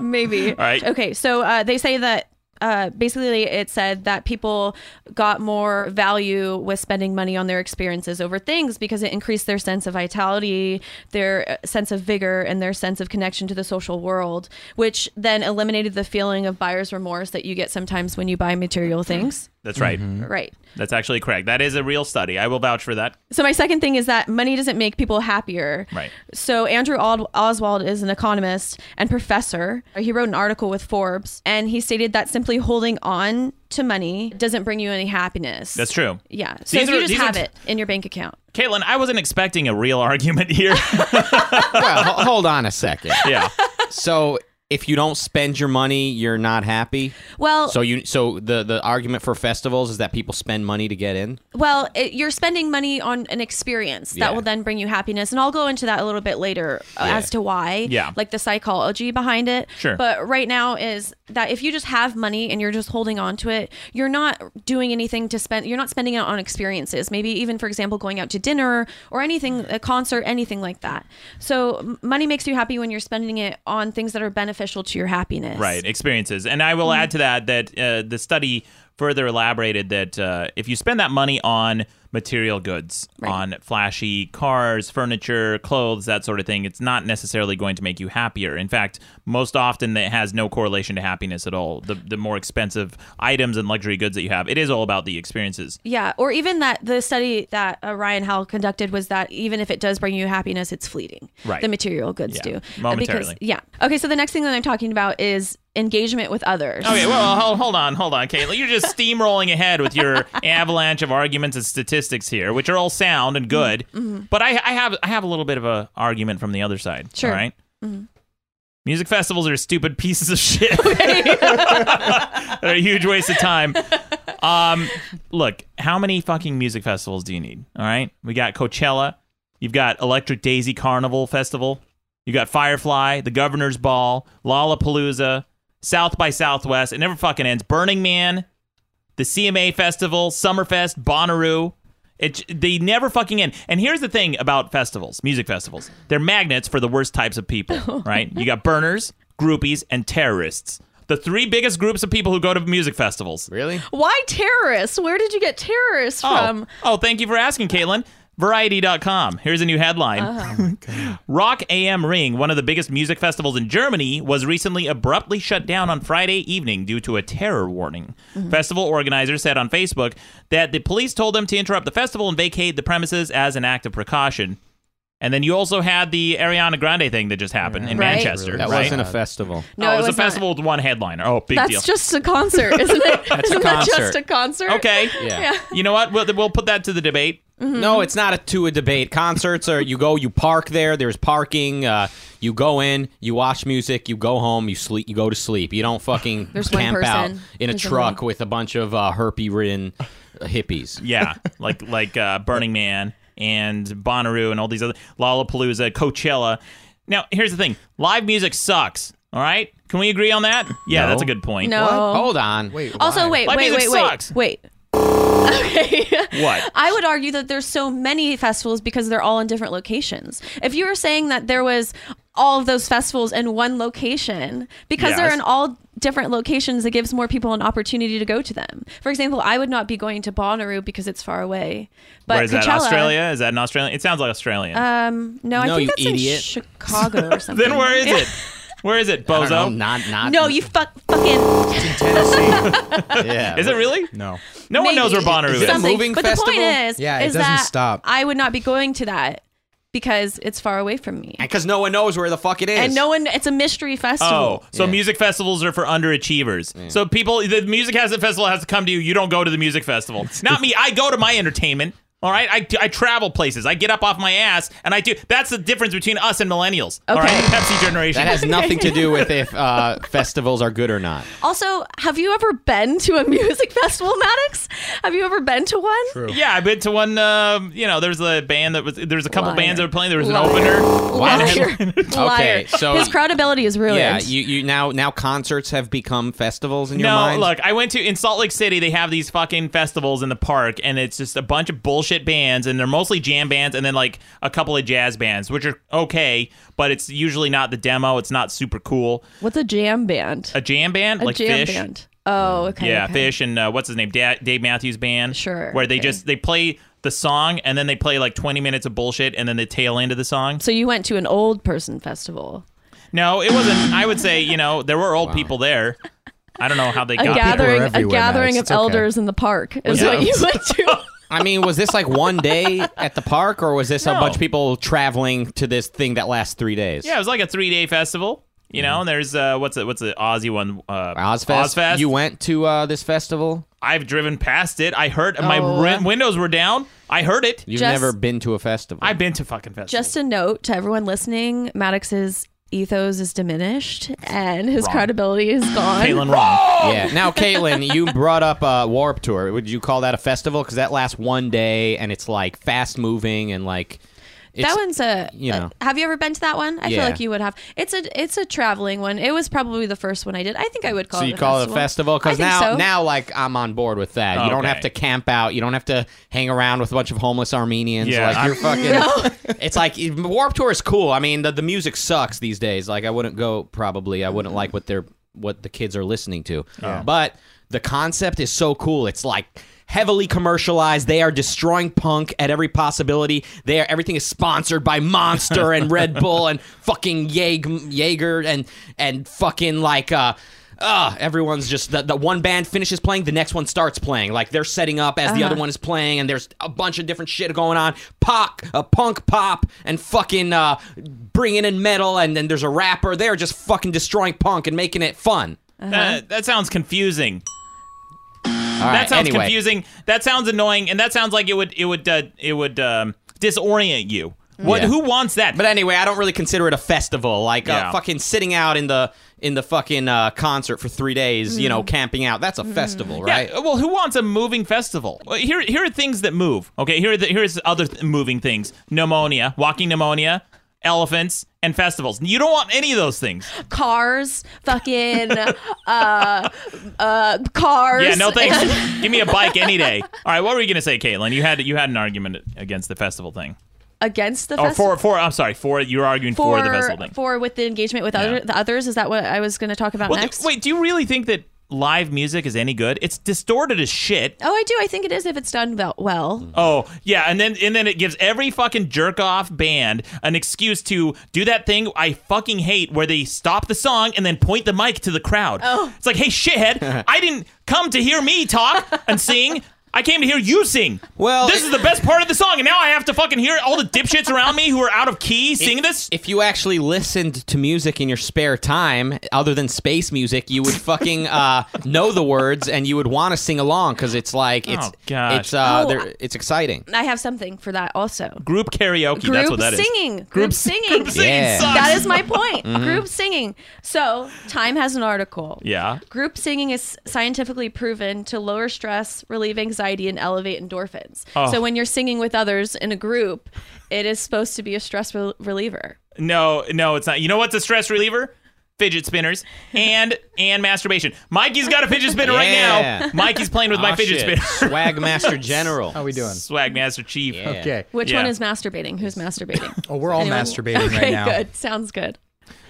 D: Maybe.
A: All right.
D: Okay. So uh, they say that uh, basically it said that people got more value with spending money on their experiences over things because it increased their sense of vitality, their uh, sense of vigor, and their sense of connection to the social world, which then eliminated the feeling of buyer's remorse that you get sometimes when you buy material things.
A: That's right.
D: Right.
A: That's actually correct. That is a real study. I will vouch for that.
D: So my second thing is that money doesn't make people happier.
A: Right.
D: So Andrew Os- Oswald is an economist and professor. He wrote an article with Forbes, and he stated that simply holding on to money doesn't bring you any happiness.
A: That's true.
D: Yeah. So
A: These
D: if you
A: are-
D: just
A: these are
D: have
A: t-
D: it in your bank account.
A: Caitlin, I wasn't expecting a real <laughs> argument here.
C: well, ho- hold on a second.
A: Yeah.
C: So if you don't spend your money, you're not happy.
D: Well-
C: so you so the the argument for festivals is that people spend money to get in.
D: Well, it, you're spending money on an experience that
C: Yeah.
D: will then bring you happiness, and I'll go into that a little bit later uh,
C: Yeah.
D: as to why,
C: Yeah.
D: like the psychology behind it.
I: Sure.
D: But right now is that if you just have money and you're just holding on to it, you're not doing anything to spend. You're not spending it on experiences. Maybe even, for example, going out to dinner or anything, a concert, anything like that. So m- money makes you happy when you're spending it on things that are beneficial to your happiness.
A: Right, experiences. And I will add to that that uh, the study further elaborated that uh, if you spend that money on material goods, on flashy cars, furniture, clothes, that sort of thing, it's not necessarily going to make you happier. In fact, most often it has no correlation to happiness at all. The, the more expensive items and luxury goods that you have, it is all about the experiences.
D: Yeah, or even that the study that uh, Ryan Howell conducted was that even if it does bring you happiness, it's fleeting.
A: Right.
D: The material goods
A: Yeah,
D: do. Uh,
A: momentarily.
D: Because, yeah. Okay, so the next thing that I'm talking about is engagement with others.
A: Okay, well, hold, hold on, hold on, Caitlin. You're just steamrolling ahead with your avalanche of arguments and statistics here, which are all sound and good.
I: Mhm.
A: But I, I have I have a little bit of an argument from the other side.
I: Sure.
A: All right.
I: Mhm.
A: Music festivals are stupid pieces of shit. <laughs> They're a huge waste of time. Um, look, how many fucking music festivals do you need? All right, we got Coachella, you've got Electric Daisy Carnival Festival, you got Firefly, the Governor's Ball, Lollapalooza, South by Southwest. It never fucking ends. Burning Man, the CMA Festival, Summerfest, Bonnaroo. It they never fucking end. And here's the thing about festivals, music festivals. They're magnets for the worst types of people, right? You got burners, groupies, and terrorists. The three biggest groups of people who go to music festivals.
C: Really?
D: Why terrorists? Where did you get terrorists from?
A: Oh, oh, thank you for asking, Caitlin. Variety.com. Here's a new headline.
D: Uh-huh.
C: Oh
A: Rock AM Ring, one of the biggest music festivals in Germany, was recently abruptly shut down on Friday evening due to a terror warning.
D: Mm-hmm.
A: Festival organizers said on Facebook that the police told them to interrupt the festival and vacate the premises as an act of precaution. And then you also had the Ariana Grande thing that just happened in
D: Right.
A: Manchester.
C: That
A: right? Uh,
C: wasn't a festival.
A: No,
D: No,
A: Oh, it was, a
D: it was not.
A: festival with one headliner. Oh, big
D: That's
A: deal.
D: just a concert, isn't
A: <laughs>
D: it? <laughs>
A: That's a
D: Isn't that just
A: concert.
D: a concert?
A: Okay.
D: <laughs> Yeah.
A: You know what? We'll, we'll put that to the debate.
D: mm-hmm.
C: No, it's not a, to a debate. Concerts are you go, you park there. There's parking. Uh, you go in, you watch music, you go home, you sleep, you go to sleep. You don't fucking
D: <sighs> There's one
C: camp out
D: person.
C: in a
D: There's
C: truck
D: only-
C: with a bunch of uh, herpy-ridden hippies.
A: Yeah, like like uh, Burning Man and Bonnaroo and all these other Lollapalooza, Coachella. Now, here's the thing: live music sucks. All right, can we agree on that? Yeah,
C: No.
A: that's a good point.
D: No. What?
C: Hold on.
A: Wait.
D: Also, wait,
A: Live
D: wait,
A: music
D: wait, wait,
A: sucks.
D: wait. <laughs> Okay.
A: What?
D: I would argue that there's so many festivals because they're all in different locations. If you were saying that there was all of those festivals in one location because they're
A: Yes.
D: in all different locations that gives more people an opportunity to go to them. For example, I would not be going to Bonnaroo because it's far away. But
A: Where is
D: Coachella,
A: that? Australia? Is that an Australian? It sounds like Australian.
D: Um, no, I
A: No,
D: think
A: you
D: that's in
A: idiot.
D: Chicago
A: <laughs>
D: or something.
A: then where is
D: Yeah. <laughs>
A: it? Where is it, Bozo? not not.
D: No, you fuck fucking.
A: yeah. Is it really?
E: No.
A: No one knows where Bonnaroo is.
D: Something. but the point is,
C: Yeah, it
D: is
C: doesn't
D: that
C: stop.
D: I would not be going to that because it's far away from me,
C: Because no one knows where the fuck it is.
D: and no one. It's a mystery
A: Oh,
D: festival.
A: so music festivals are for underachievers. So people, the music has the festival has to come to you. You don't go to the music festival. Not me. I go to my entertainment. All right, I, I travel places. I get up off my ass and I do. That's the difference between us and millennials. All right, the Pepsi generation.
C: That has nothing to do
D: <laughs>
C: with if uh, festivals are good or not.
D: Also, have you ever been to a <laughs> music festival, Maddox? Have you ever been to one?
A: Yeah, I've been to one. Um, you know, there's a band that was. There's a couple bands that were playing. There was an opener.
D: Oh, <laughs> Liar. Liar.
C: Okay, so
D: his credibility is ruined.
C: yeah, you, you now now concerts have become festivals in your
A: no,
C: mind.
A: look, I went to in Salt Lake City. They have these fucking festivals in the park, and it's just a bunch of bullshit bands, and they're mostly jam bands, and then like a couple of jazz bands, which are okay, but it's usually not the demo. It's not super cool.
D: What's a jam band?
A: A jam band,
D: a
A: like
D: jam
A: Fish.
D: band. Oh, okay.
A: yeah,
D: okay.
A: Fish and uh, what's his name, da- Dave Matthews Band.
D: Sure,
A: Where they
D: okay.
A: just they play the song, and then they play like 20 minutes of bullshit, and then the tail end of the song.
D: So you went to an old person festival.
A: No, it wasn't. I would say you know there were old people there. I don't know how they
D: a
A: got
D: gathering,
A: there.
D: a gathering of elders in the park is
A: Yeah.
D: what you went to.
A: <laughs>
C: I mean, was this like one day at the park, or was this a
A: No.
C: bunch of people traveling to this thing that lasts three days?
A: Yeah, it was like a three day festival. You know, and there's uh, what's it? What's the Aussie one? Uh,
C: Ozfest.
A: Ozfest.
C: You went to uh, this festival.
A: I've driven past it. I heard my
D: Oh.
A: ri- windows were down. I heard it.
C: You've
D: Just-
C: never been to a festival.
A: I've been to fucking festivals.
D: Just a note to everyone listening: Maddox's ethos is diminished, and his
C: Wrong.
D: credibility is gone.
C: Caitlin
D: Uh-huh.
C: Wrong. Yeah. Now, Caitlin, you brought up uh, Warp Tour. Would you call that a festival? Because that lasts one day and it's like fast moving and like. It's,
D: that one's a.
C: you know.
D: Have you ever been to that one? I feel
C: Yeah.
D: like you would have. It's a it's a traveling one. It was probably the first one I did. I think I would call
C: so
D: it.
C: you
D: a
C: call
D: festival.
C: it a festival?
D: I
C: Because
D: think
C: now,
D: so.
C: now, like, I'm on board with that. You don't
A: Okay.
C: have to camp out. You don't have to hang around with a bunch of homeless Armenians.
A: Yeah,
C: like, you're
D: <laughs>
C: fucking.
A: I'm-
C: It's like Warp Tour is cool. I mean, the, the music sucks these days. Like, I wouldn't go. Probably, I wouldn't like what they're what the kids are listening to.
A: Yeah.
C: But the concept is so cool. It's like heavily commercialized. They are destroying punk at every possibility. They are everything is sponsored by Monster and Red Bull and fucking Jaeg- Jaeger and and fucking like uh uh, everyone's just the, the one band finishes playing, the next one starts playing. Like they're setting up as the
B: Uh-huh.
C: other one is playing, and there's a bunch of different shit going on. Pop, a punk pop, and fucking uh, bringing in metal, and then there's a rapper. They're just fucking destroying punk and making it fun.
A: That, that sounds confusing.
C: All
A: that
C: right,
A: sounds
C: anyway.
A: confusing. That sounds annoying, and that sounds like it would it would uh, it would um, disorient you. What?
C: Yeah.
A: Who wants that?
C: But anyway, I don't really consider it a festival. Like
A: Yeah.
C: uh, fucking sitting out in the in the fucking uh, concert for three days, you know, camping out. That's a festival, right?
A: Mm-hmm. Yeah, well, who wants a moving festival? Well, Here, here are things that move. Okay, here, are the, here's other th- moving things: pneumonia, walking pneumonia, elephants, and festivals. You don't want any of those things.
D: cars, fucking <laughs> uh, uh, cars.
A: Yeah, no thanks.
D: and- <laughs>
A: Give me a bike any day. All right, what were you gonna say, Caitlin? You had you had an argument against the festival thing,
D: against
C: Oh,
D: the
A: or
D: festival.
A: for for I'm sorry, for you were arguing for,
D: for,
A: the festival thing.
D: for with the engagement with other the others. Is that what I was going to talk about
A: Well,
D: next?
A: wait, do you really think that live music is any good? It's distorted as shit.
D: Oh, I do. I think it is if it's done wel- well.
C: Mm.
A: Oh yeah, and then and then it gives every fucking jerk off band an excuse to do that thing I fucking hate, where they stop the song and then point the mic to the crowd.
D: Oh.
A: It's like, hey shithead, I didn't come to hear me talk and sing. I came to hear you sing. Well, this is the best part of the song, and now I have to fucking hear all the dipshits around me who are out of key sing this.
C: If you actually listened to music in your spare time, other than space music, you would
E: <laughs>
C: fucking uh, know the words and you would want to sing along because it's like it's
A: Oh, gosh.
C: it's uh,
D: Oh,
C: they're- it's exciting.
D: I have something for that also.
A: Group karaoke.
D: Group
A: that's what that is.
D: singing. Group,
A: Group s-
D: singing.
A: group singing Yeah. sucks.
D: That is my point.
E: Mm-hmm.
A: Mhm.
D: Group singing. So, Time has an article.
A: Yeah.
D: Group singing is scientifically proven to lower stress, relieve anxiety, and elevate endorphins.
A: Oh.
D: So, when you're singing with others in a group, it is supposed to be a stress rel- reliever.
A: No, no, it's not. You know what's a stress reliever? Fidget spinners and and masturbation. Mikey's got a fidget spinner
C: Yeah.
A: right now. Mikey's playing with my
C: Aw,
A: fidget
C: Ah, shit.
A: spinner.
E: <laughs>
C: Swagmaster General. How
E: we doing?
A: Swagmaster Chief.
E: Okay.
D: Which
A: Yeah.
D: one is masturbating? Who's masturbating?
E: Oh, we're all
D: Anyone?
E: masturbating
D: okay,
E: right now.
D: Good. Sounds good.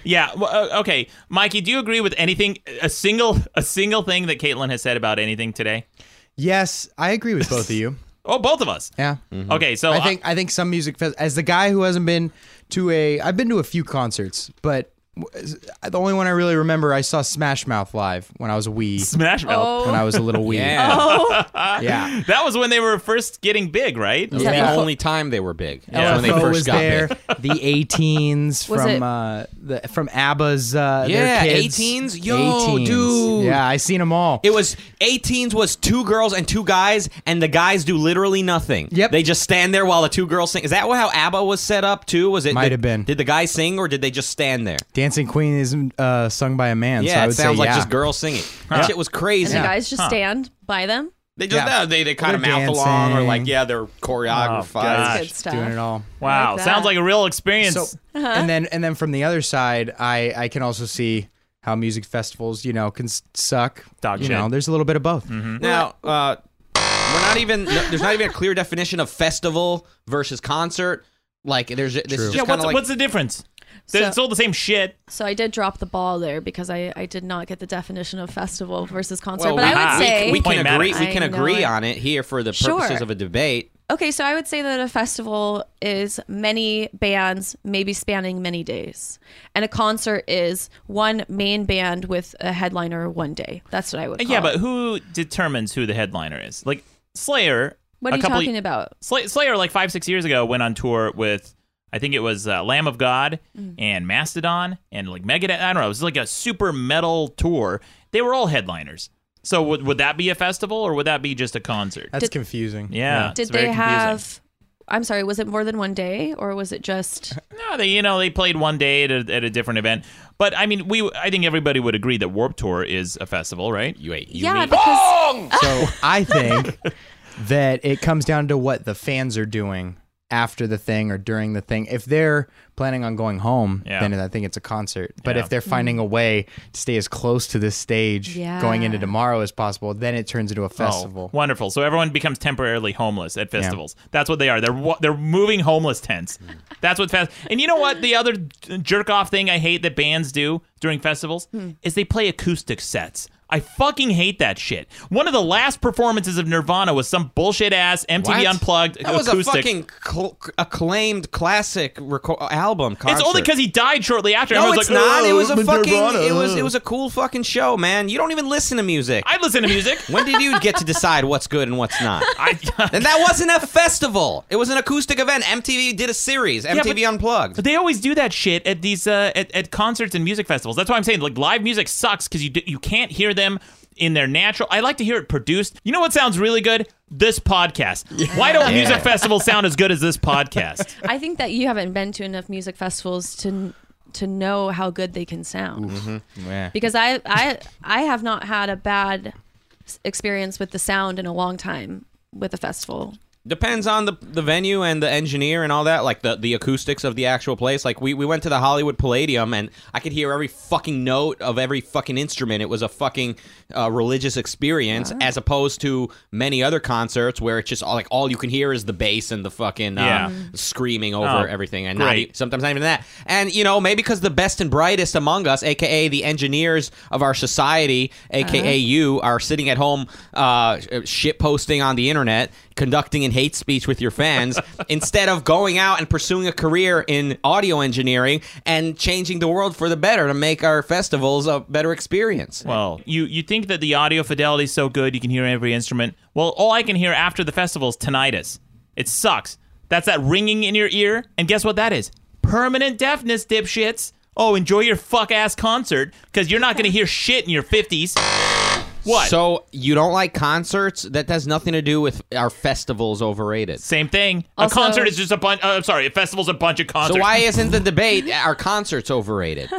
A: Yeah. Well, uh, okay, Mikey, do you agree with anything? A single, a single thing that Caitlin has said about anything today?
E: Yes, I agree with both of you.
A: Oh, both of us. Mm-hmm.
E: Yeah.
A: Okay, so
E: I think I, think some music fest as the guy who hasn't been to a I've been to a few concerts, but w- the only one I really remember I saw Smash Mouth live when I was a
A: <laughs>
E: wee.
A: Smash Mouth?
E: when I was a little wee.
C: Yeah.
A: Oh.
E: <laughs> Yeah.
A: That was when they were first getting big, right?
C: It was the only time they were big.
A: Yeah.
C: That's when they
E: LFO
C: first
E: was
C: got
E: there.
C: big.
E: The A Teens
C: Was
E: from
C: it-
E: uh, the from ABBA's. Uh,
C: Yeah,
E: their kids.
C: A-Teens? Yo, dude.
E: Yeah, I seen them all.
C: It was 18s was two girls and two guys, and the guys do literally nothing. Yep. They just stand there while the two girls sing. Is that how ABBA was set up too? Was it
E: Might
C: did-
E: have been.
C: Did the guys sing or did they just stand there?
E: Dancing Queen is uh, sung by a man. so
C: yeah,
E: I
C: it
E: would
C: sounds
E: say,
C: like
E: yeah.
C: just girls singing. That
E: Yeah.
C: shit was
D: And
C: crazy.
D: the guys just stand by them.
C: They just
E: Yeah.
C: they they kind of
E: They're
C: mouth along or
E: dancing.
C: like yeah they're choreographed.
A: Oh,
E: gosh.
D: Good stuff.
E: Doing it all.
A: Wow,
D: Like that.
A: sounds like a real experience.
E: So, and then and then from the other side, I I can also see how music festivals, you know, can s- suck. Dog you
C: shit.
E: know, there's a little bit of both.
A: Mm-hmm.
C: Now, uh, we're not even. no- there's not even a clear definition of festival versus concert. Like, there's this is just
A: yeah,
C: kinda
A: what's,
C: like-
A: what's the difference?
D: So-
A: it's all the same shit.
D: So I did drop the ball there because I, I did not get the definition of festival versus concert.
C: Well,
D: but I would
C: we-
D: say
C: we can agree. We
D: I
C: can
D: know
C: agree
D: it.
C: on it here for the purposes
D: Sure.
C: of a debate.
D: Okay, so I would say that a festival is many bands, maybe spanning many days, and a concert is one main band with a headliner one day. That's what I would. Call
A: Uh, yeah,
D: it.
A: but who determines who the headliner is? Like Slayer.
D: What
A: a
D: are you
A: couple-
D: talking about?
A: Sla- Slayer, like five six years ago, went on tour with I think it was uh, Lamb of God and Mastodon and like Megadeth. I don't know. It was like a super metal tour. They were all headliners. So would would that be a festival or would that be just a concert?
E: That's confusing.
A: Yeah.
D: Did
A: it's very
D: they
A: confusing.
D: have? I'm sorry. Was it more than one day, or was
A: <laughs>
D: it just?
A: No, they you know they played one day at a, at a different event. But I mean, we I think everybody would agree that Warp Tour is a festival, right?
C: You wait,
D: yeah,
A: Oh!
D: because
E: So I think that it comes down to what the fans are doing after the thing or during the thing. If they're planning on going home,
A: Yeah.
E: then I think it's a concert. But
A: Yeah.
E: if they're finding a way to stay as close to this stage going into
D: Yeah.
E: tomorrow as possible, then it turns into a festival.
A: Oh, wonderful. So everyone becomes temporarily homeless at festivals. That's what they are. They're wa- they're moving homeless tents.
C: Hmm.
A: That's what fest. And you know what? The other jerk off thing I hate that bands do during festivals is they play acoustic sets. I fucking hate that shit. One of the last performances of Nirvana was some bullshit ass MTV
C: What?
A: Unplugged
C: That was
A: acoustic.
C: a fucking cl- acclaimed classic reco- album. Concert.
A: it's only because he died shortly after.
C: No, it's
A: Everyone's like,
C: not. It was a
A: "Oh,
C: fucking.
A: Nirvana."
C: It was. It was a cool fucking show, man. You don't even listen to music.
A: I listen
C: <laughs>
A: to music.
C: when did you get to decide what's good and what's not? and that wasn't a festival. It was an acoustic event. MTV did a series.
A: but-
C: MTV Unplugged.
A: But they always do that shit at these uh, at, at concerts and music festivals. That's why I'm saying like live music sucks because you d- you can't hear them in their natural. I like to hear it produced. You know what sounds really good? This podcast. Why don't
C: Yeah.
A: music festivals sound as good as this podcast?
D: I think that you haven't been to enough music festivals to to know how good they can sound.
A: Mm-hmm.
E: Yeah.
D: because I I I have not had a bad s- experience with the sound in a long time with a festival.
C: Depends on the the venue and the engineer and all that, like the, the acoustics of the actual place. Like we, we went to the Hollywood Palladium and I could hear every fucking note of every fucking instrument. It was a fucking uh, religious experience, as opposed to many other concerts where it's just all, like all you can hear is the bass and the fucking uh,
A: Yeah.
C: screaming over
A: Oh,
C: everything, and not,
A: great.
C: e- sometimes not even that. And you know maybe because the best and brightest among us, aka the engineers of our society, aka
D: Uh-huh.
C: you are sitting at home uh, shit posting on the internet, conducting in hate speech with your fans, instead of going out and pursuing a career in audio engineering and changing the world for the better to make our festivals a better experience.
A: Well, you you think that the audio fidelity is so good you can hear every instrument. Well, all I can hear after the festival is tinnitus. It sucks. That's that ringing in your ear, and guess what that is? Permanent deafness, dipshits. Oh, enjoy your fuck ass concert because you're not gonna
C: <laughs>
A: hear shit in your fifties. What?
C: So you don't like concerts? That has nothing to do with our festivals overrated.
A: Same thing.
D: Also-
A: a concert is just a bunch. Uh, I'm sorry, a festival's a bunch of concerts.
C: So why isn't the debate our concerts overrated?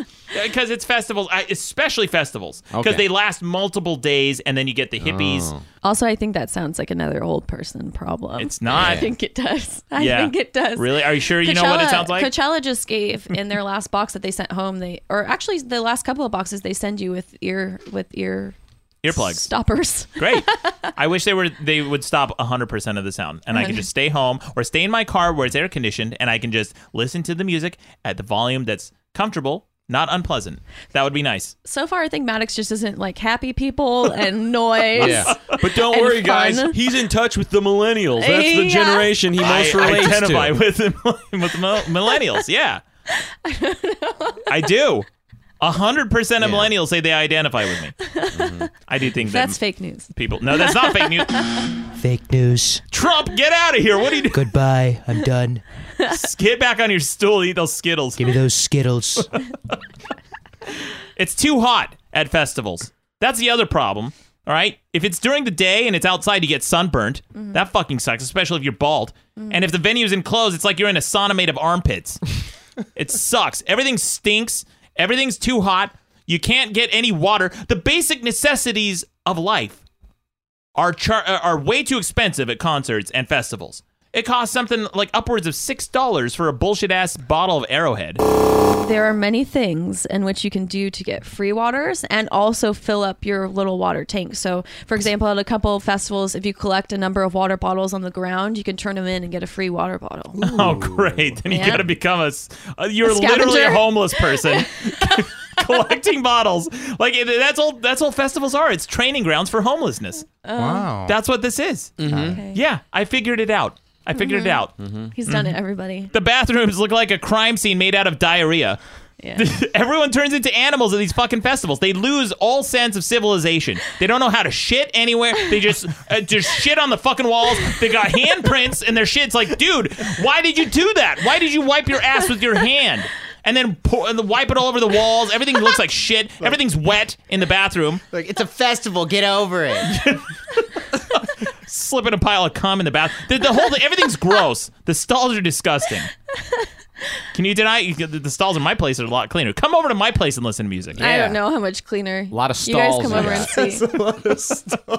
A: Because Uh, it's festivals, I- especially festivals, because
C: Okay. Oh.
A: they last multiple days, and then you get the hippies.
D: Also, I think that sounds like another old person problem.
A: It's not.
D: I think it does. I
A: Yeah.
D: think it does.
A: Really? Are you sure you know what it
D: Coachella-
A: sounds like?
D: Coachella just gave in their last box that they sent home. They or actually the last couple of boxes they send you with ear with ear
A: Earplugs.
D: stoppers. <laughs>
A: Great. I wish they were they would stop 100% of the sound and I can just stay home or stay in my car where it's air conditioned and I can just listen to the music at the volume that's comfortable Not unpleasant. That would be nice.
D: So far, I think Maddox just isn't like happy
A: <laughs>
D: people and noise.
C: But don't
D: and
C: worry, guys.
D: fun.
C: He's in touch with the millennials. That's the
D: Yeah.
C: generation he most
A: I
C: relates
A: identify
C: to.
A: with the, with the mil- millennials. Yeah, I do. A hundred percent of millennials say they identify with me.
C: Mm-hmm.
A: I do think
D: That's
A: that
D: fake news.
A: people. No, that's not fake news.
E: Fake news.
A: Trump, get out of here! What are you doing?
E: Goodbye. I'm done.
A: Get back on your stool. Eat those Skittles.
E: Give me those <laughs> Skittles.
A: It's too hot at festivals. That's the other problem. All right. If it's during the day and it's outside, you get sunburned. That fucking sucks, especially if you're bald. And if the venue's enclosed, it's like you're in a sauna made of armpits. it sucks. Everything stinks. Everything's too hot. You can't get any water. The basic necessities of life are char- uh, are way too expensive at concerts and festivals. It costs something like upwards of six dollars for a bullshit ass bottle of Arrowhead.
D: There are many things in which you can do to get free waters and also fill up your little water tank. So, for example, at a couple of festivals, if you collect a number of water bottles on the ground, you can turn them in and get a free water bottle.
A: Oh, great. Then you
D: Yeah.
A: got to become a. s- uh, you're
D: A scavenger?
A: literally a
D: <laughs>
A: homeless person <laughs> collecting bottles. Like, it- that's all That's all festivals are. It's training grounds for homelessness.
D: Oh.
E: wow.
A: That's what this is.
D: Okay.
A: Yeah, I figured it out. I figured
D: Mm-hmm.
A: it out.
D: He's done it, everybody.
A: The bathrooms look like a crime scene made out of diarrhea.
D: Yeah.
A: <laughs> Everyone turns into animals at these fucking festivals. They lose all sense of civilization. They don't know how to shit anywhere. They just uh, just shit on the fucking walls. They got handprints and their shit's like, dude, why did you do that? Why did you wipe your ass with your hand? And then pour, and wipe it all over the walls. Everything looks like shit. Everything's wet in the bathroom.
I: <laughs> Like it's a festival. Get over it.
A: Slipping a pile of cum in the bath. The, the whole thing, everything's gross. The stalls are disgusting. Can you deny you- the the stalls in my place are a lot cleaner? Come over to my place and listen to music.
D: I don't know how much cleaner.
A: A lot of
D: You guys
A: stalls
D: come
A: in
D: over
A: there.
D: and see.
A: <laughs>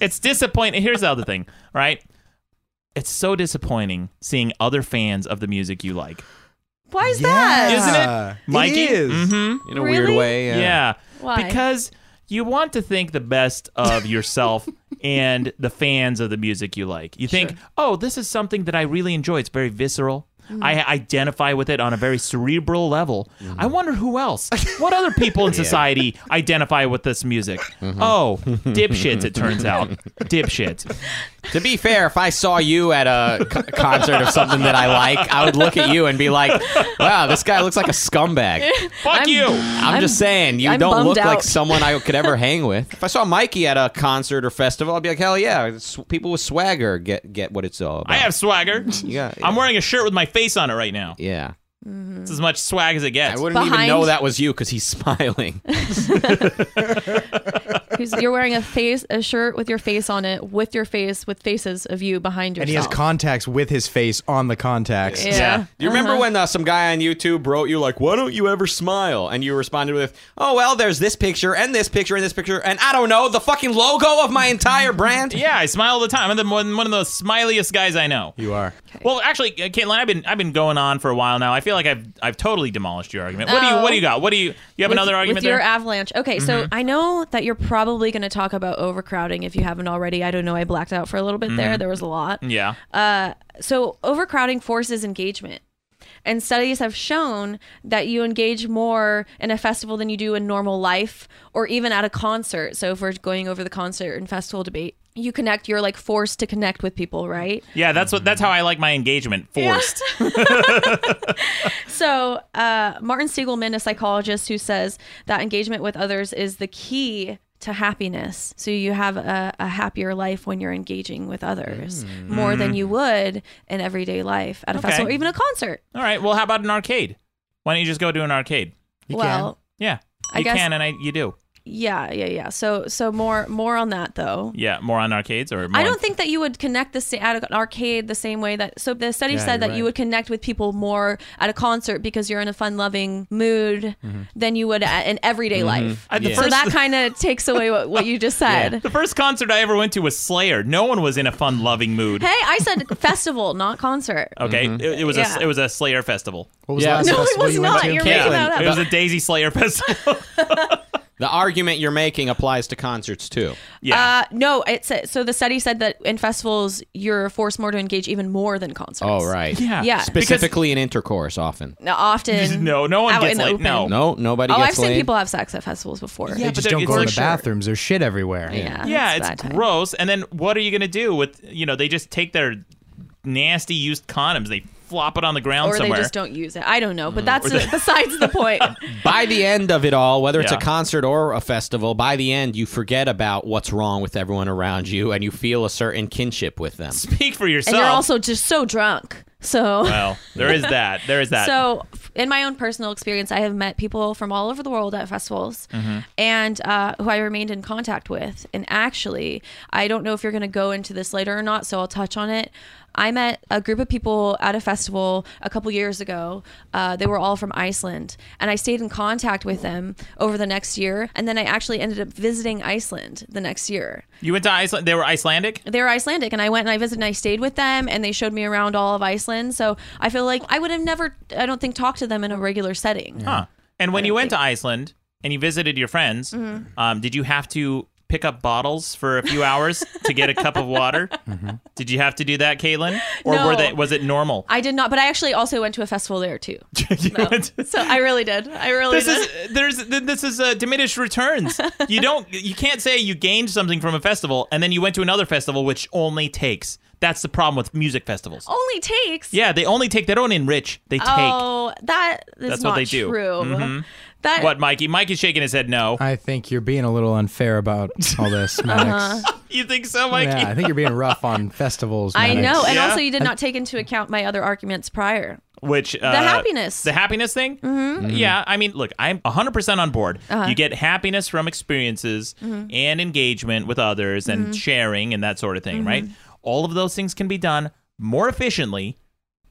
A: it's disappointing. Here's the other thing, right? It's so disappointing seeing other fans of the music you like.
D: Why is
A: Isn't it?
D: that?
A: Mikey? Mm-hmm.
C: In a weird Really? way, yeah.
D: Why?
A: Because you want to think the best
C: <laughs>
A: of yourself and the fans of the music you like. You think, oh, this is something that I really enjoy. It's very visceral.
C: Mhm.
A: I identify with it on a very cerebral level.
C: Mm-hmm.
A: I wonder who else. What other
C: <laughs>
A: people in society identify with this music?
C: Mm-hmm.
A: Oh, dipshits, it turns out.
C: <laughs>
A: Dipshits.
C: To be fair, if I saw you at a co- concert of something that I like, I would look at you and be like, "Wow, this guy looks like a scumbag."
A: Fuck you.
C: I'm, just saying, you
D: I'm
C: don't
D: bummed
C: look like
D: out.
C: someone I could
I: <laughs>
C: ever hang with. If I saw Mikey at a concert or festival, I'd be like, "Hell yeah!" it's- people with swagger get get what it's all about.
A: I
C: <laughs>
A: have swagger. I'm wearing a shirt with my face on it right now.
C: yeah,
A: It's as much swag as it gets.
C: I wouldn't even know that was you because he's <laughs> smiling.
D: Because you're wearing a face, a shirt with your face on it, with your face, with faces of you behind yourself.
E: And he has contacts with his face on the contacts.
D: Yeah. Yeah.
C: Do you remember
D: Uh-huh.
C: when uh, some guy on YouTube wrote you like, "Why don't you ever smile?" And you responded with, "Oh well, there's this picture and this picture and this picture and I don't know the fucking logo of my entire
D: <laughs>
C: brand."
A: Yeah, I smile all the time. I'm the, one, one of the smiliest guys I know.
E: You are.
A: Well, actually, uh, Caitlin, I've been I've been going on for a while now. I feel like I've I've totally demolished your argument. What do you
D: Oh.
A: What do you got? What do you You have
D: With-
A: another argument
D: with your
A: there?
D: avalanche. Okay, so
A: Mhm.
D: I know that you're probably going to talk about overcrowding if you haven't already. I don't know. I blacked out for a little bit there.
A: Mhm.
D: There was a lot.
A: yeah.
D: Uh, so overcrowding forces engagement. And studies have shown that you engage more in a festival than you do in normal life or even at a concert. So if we're going over the concert and festival debate, you connect, you're like forced to connect with people, right?
A: Yeah, that's what that's how I like my engagement
D: <laughs>
A: forced.
D: So, uh, Martin Siegelman, a psychologist who says that engagement with others is the key to happiness. So, you have a, a happier life when you're engaging with others more than you would in everyday life at a
A: Okay.
D: festival or even a concert.
A: All right. Well, how about an arcade? Why don't you just go to an arcade?
D: You Well, can.
A: yeah,
D: I
A: you
D: guess-
A: can, and I you do.
D: Yeah, yeah, yeah. So, so more, more on that though.
A: Yeah, more on arcades or more
D: I
A: on-
D: don't think that you would connect the sa- at an arcade the same way that. So the study
A: Yeah,
D: said that
A: you're
D: you
A: right.
D: would connect with people more at a concert because you're in a fun-loving mood than you would at, in everyday
A: Mhm.
D: life.
A: Mm-hmm. At the
D: so
A: first- <laughs>
D: that kind of takes away what, what you just said.
A: The first concert I ever went to was Slayer. No one was in a fun loving mood.
D: Hey, I said festival,
A: <laughs>
D: not concert.
A: Okay,
E: Mm-hmm.
A: it, it was
D: Yeah.
A: a it was a Slayer festival. <laughs>
E: What
D: was the Yeah. last No, it festival was you went not. to? You're making that
A: It was
D: up.
A: a Daisy Slayer festival.
C: The argument you're making applies to concerts too.
D: Uh, no, it's so the study said that in festivals you're forced more to engage even more than concerts.
C: oh right.
D: Yeah. Yeah.
C: Specifically in intercourse, often.
D: Now,
A: <laughs>
D: often.
A: No, no one
D: out
A: gets
D: in the
A: laid.
D: open.
A: No.
C: No, nobody
D: oh,
C: gets
D: I've seen
C: laid.
D: people have sex at festivals before.
E: they just don't go to the bathrooms. There's shit everywhere.
D: Yeah.
A: yeah,
D: it's
A: it's, gross. And then what are you gonna do with you know? They just take their nasty used condoms, they flop it on the ground
D: Or they
A: somewhere. Mm-hmm.
D: just don't use it. I don't know, but that's
A: Or they-
D: besides
A: <laughs>
D: the point.
C: By the end of it all, whether it's
A: Yeah.
C: a concert or a festival, by the end you forget about what's wrong with everyone around you and you feel a certain kinship with them.
A: <laughs> Speak for yourself.
D: And you're also just so drunk. So
A: well, there is that. There is Uh, that.
D: <laughs> So, f- in my own personal experience, I have met people from all over the world at festivals,
A: Mhm.
D: and uh, who I remained in contact with. And actually, I don't know if you're going to go into this later or not, so I'll touch on it. I met a group of people at a festival a couple years ago. Uh, they were all from Iceland, and I stayed in contact with them over the next year. And then I actually ended up visiting Iceland the next year.
A: you went to Iceland. They were Icelandic.
D: They were Icelandic, and I went and I visited and I stayed with them, and they showed me around all of Iceland. So I feel like I would have never, I don't think, talked to them in a regular setting.
A: Huh. And when you went to Iceland and you visited your friends,
D: Mhm.
A: um, did you have to pick up bottles for a few hours to get a cup of
E: <laughs>
A: water?
E: Mm-hmm.
A: Did you have to do that, Caitlin? Or were
D: No.
A: they, was it normal?
D: I did not, but I actually also went to a festival
A: <laughs>
D: there too. <laughs> No. So I really did. I really
A: This
D: did.
A: is there's th- this is uh, diminished returns. You don't you can't say you gained something from a festival and then you went to another festival which only takes. That's the problem with music festivals.
D: only takes.
A: Yeah, they only take. They don't enrich. They take.
D: Oh, that is
A: That's
D: not
A: what they do.
D: true.
A: Mhm.
D: That
A: What, Mikey? Mikey's shaking his head no.
E: I think you're being a little unfair about all this,
D: Uh-huh.
E: Maddox.
D: <laughs>
A: You think so, Mikey?
E: Yeah, I think you're being rough on festivals.
D: I
E: Maddox.
D: know, and also you did not take into account my other arguments prior.
A: Which uh,
D: happiness.
A: the happiness thing.
D: Mhm. Mhm.
A: Yeah, I mean, look, I'm 100 percent on board.
D: Uh-huh.
A: You get happiness from experiences
D: Mhm.
A: and engagement with others and
D: Mhm.
A: sharing and that sort of thing, right?
D: Mhm.
A: All of those things can be done more efficiently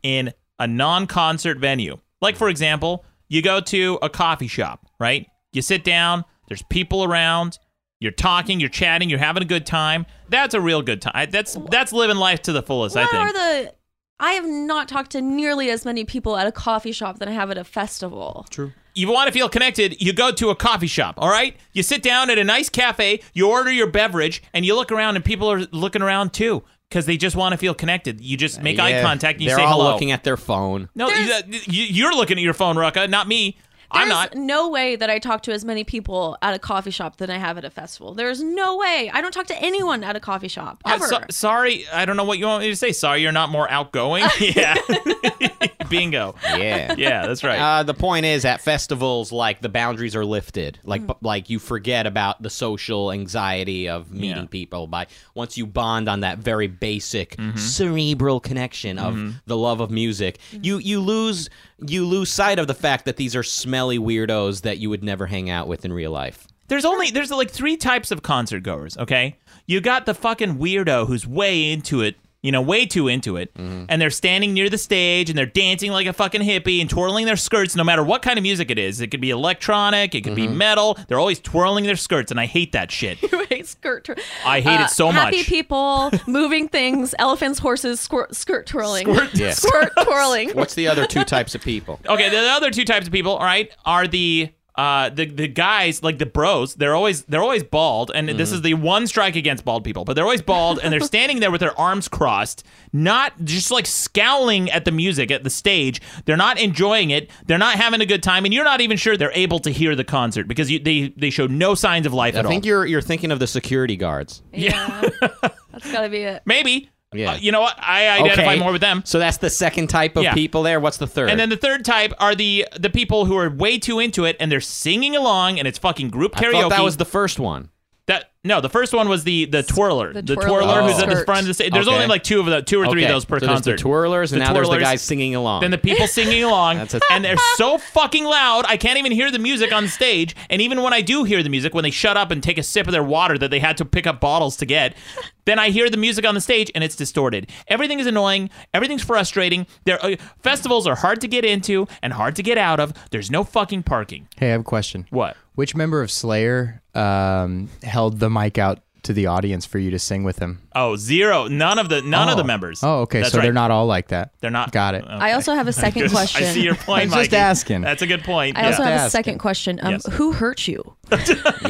A: in a non-concert venue. Like for example, you go to a coffee shop, right? You sit down. There's people around. You're talking. You're chatting. You're having a good time. That's a real good time. That's that's living life to the fullest. I
D: What
A: think.
D: are the? I have not talked to nearly as many people at a coffee shop than I have at a festival.
E: True.
A: You want to feel connected, you go to a coffee shop, all right? You sit down at a nice cafe, you order your beverage, and you look around, and people are looking around too because they just want to feel connected. You just make eye
C: Yeah,
A: contact and you
C: They're
A: say
C: all
A: hello.
C: looking at their phone.
A: no, you- you- you're looking at your phone, Rucka, not me. I'm
D: There's
A: not.
D: no way that I talk to as many people at a coffee shop than I have at a festival. There's no way. I don't talk to anyone at a coffee shop
A: I'm
D: ever. <laughs>
A: so- sorry, I don't know what you want me to say. Sorry, you're not
C: <laughs>
A: more outgoing. yeah. <laughs> Bingo.
C: Yeah.
A: Yeah, that's right.
C: Uh, the point is, at festivals, like the boundaries are lifted. Like,
A: Mm.
C: b- like you forget about the social anxiety of meeting people. By once you bond on that very basic
A: Mm-hmm.
C: cerebral connection of
A: Mhm.
C: the love of music,
A: Mm-hmm.
C: you you lose you lose sight of the fact that these are smelly weirdos that you would never hang out with in real life.
A: There's only there's like three types of concert goers, okay? You got the fucking weirdo who's way into it, you know, way too into it, and they're standing near the stage and they're dancing like a fucking hippie and twirling their skirts no matter what kind of music it is. It could be electronic, it could be metal. They're always twirling their skirts and I hate that shit.
D: Right, skirt twir-
A: I hate it so
D: happy
A: much. <laughs>
D: people, moving things, elephants, horses, squirt, skirt twirling. <laughs>
A: Squirt-
C: Yeah.
D: Squirt
A: <laughs>
D: twirling.
C: What's the other two types of people?
A: Okay, the other two types of people, all right, are the uh the the guys like the bros. They're always they're always bald, and this is the one strike against bald people. But they're always bald, and they're standing there with their arms crossed, not just like scowling at the music at the stage. They're not enjoying it. They're not having a good time, and you're not even sure they're able to hear the concert because you, they they show no signs of life
C: I
A: <laughs> at
C: think
A: all.
C: you're you're thinking of the security guards.
D: That's got to be it.
A: <laughs> Maybe.
C: Yeah.
A: Uh, you know what? I identify
C: Okay.
A: more with them.
C: So that's the second type of
A: Yeah.
C: people there. What's the third?
A: And then the third type are the the people who are way too into it and they're singing along and it's fucking group
C: I
A: karaoke.
C: thought that was the first one.
A: That no, the first one was the the twirler, the,
D: the
A: twirler
D: twirler.
A: who's at the
D: Oh.
A: front of the stage. There's
C: Okay.
A: only like two of the two or three
C: Okay,
A: of those per
C: so there's
A: concert.
C: the twirlers, and now there's the
A: twirlers,
C: guys singing along. <laughs>
A: Then the people singing along,
C: That's a-
A: and they're so fucking loud, I can't even hear the music on stage. And even when I do hear the music, when they shut up and take a sip of their water that they had to pick up bottles to get, then I hear the music on the stage and it's distorted. Everything is annoying. Everything's frustrating. There, uh, festivals are hard to get into and hard to get out of. There's no fucking parking.
E: Hey, I have a question.
A: What?
E: Which member of Slayer um, held the mic out to the audience for you to sing with him?
A: Oh, zero. None of the none of the members.
E: Oh, okay.
A: That's
E: so
A: right.
E: they're not all like that.
A: They're not.
E: Got it.
D: I also have a second
A: Good.
D: question.
A: I see your point,
E: I'm just
A: Mikey.
E: asking.
A: That's a good point.
D: I also
A: Yeah.
D: have a second question. Um, Who hurt you?
A: <laughs>
D: <laughs>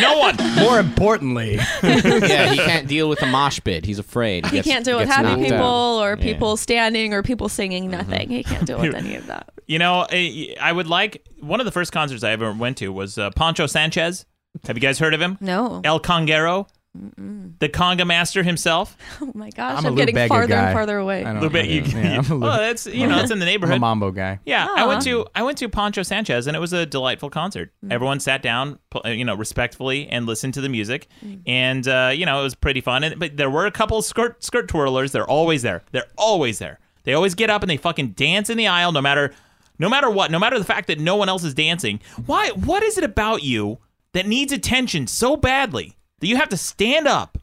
A: no one.
E: More importantly,
C: yeah, he can't deal with the mosh pit. He's afraid.
D: He
C: gets-
D: can't deal with
C: gets
D: happy
C: knocked
D: people
C: out.
D: or
C: Yeah.
D: people standing or people singing nothing. He can't deal with
A: Mm-hmm.
D: any of that.
A: You know, I I would like one of the first concerts I ever went to was uh, Pancho Sanchez. Have you guys heard of him?
D: No.
A: El Congero, the conga master himself.
D: Oh my gosh,
E: I'm
D: I'm,
E: a
D: getting
E: Lubega
D: farther
E: guy.
D: and farther away.
E: I don't
A: Lube-
E: know.
A: you-
E: Yeah, I'm a
A: <laughs> oh,
E: Lube-
A: that's
E: <laughs>
A: you know, it's in the
E: I'm a
A: neighborhood.
E: mambo guy.
A: Yeah, I
D: Ah.
A: went to I went to Pancho Sanchez and it was a delightful concert. Everyone sat down, pl- uh, you know, respectfully and listened to the music, and uh, you know it was pretty fun. And, but there were a couple skirt skirt twirlers. They're always there. They're always there. They always get up and they fucking dance in the aisle, no matter no matter what, no matter the fact that no one else is dancing. Why? What is it about you that needs attention so badly that you have to stand up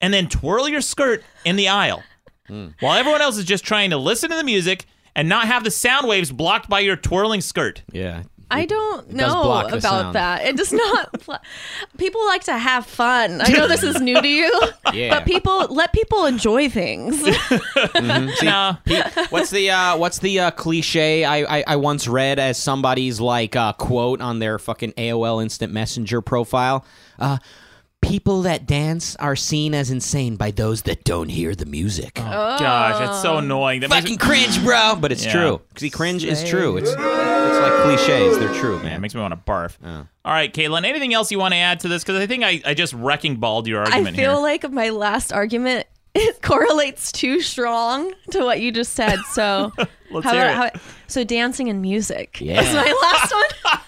A: and then twirl your skirt in the aisle? While everyone else is just trying to listen to the music and not have the sound waves blocked by your twirling skirt.
C: Yeah.
D: I don't
A: does
D: know
A: block the
D: about
A: sound.
D: that. It does not.
A: <laughs>
D: pl- people like to have fun. I know this is new
A: <laughs>
D: to you,
C: Yeah.
D: but people let people enjoy things.
A: Mm,
C: Mhm. See, Pete, what's the uh, what's the uh, cliche I, I I once read as somebody's like uh, quote on their fucking AOL Instant Messenger profile? Uh, People that dance are seen as insane by those that don't hear the music. Oh,
A: Gosh, that's so annoying. That
C: fucking cringe, bro. But it's
A: Yeah.
C: true. See, cringe is true. It's it's like cliches. They're true, man.
A: It makes me want to barf. All right, Caitlin, anything else you want to add to this? Because I think I, I just wrecking balled your
D: I
A: argument
D: feel
A: here.
D: like my last argument it <laughs> correlates too strong to what you just said. So,
A: <laughs> Let's hear it.
D: so dancing and music
A: Yeah.
D: is my <laughs> last one.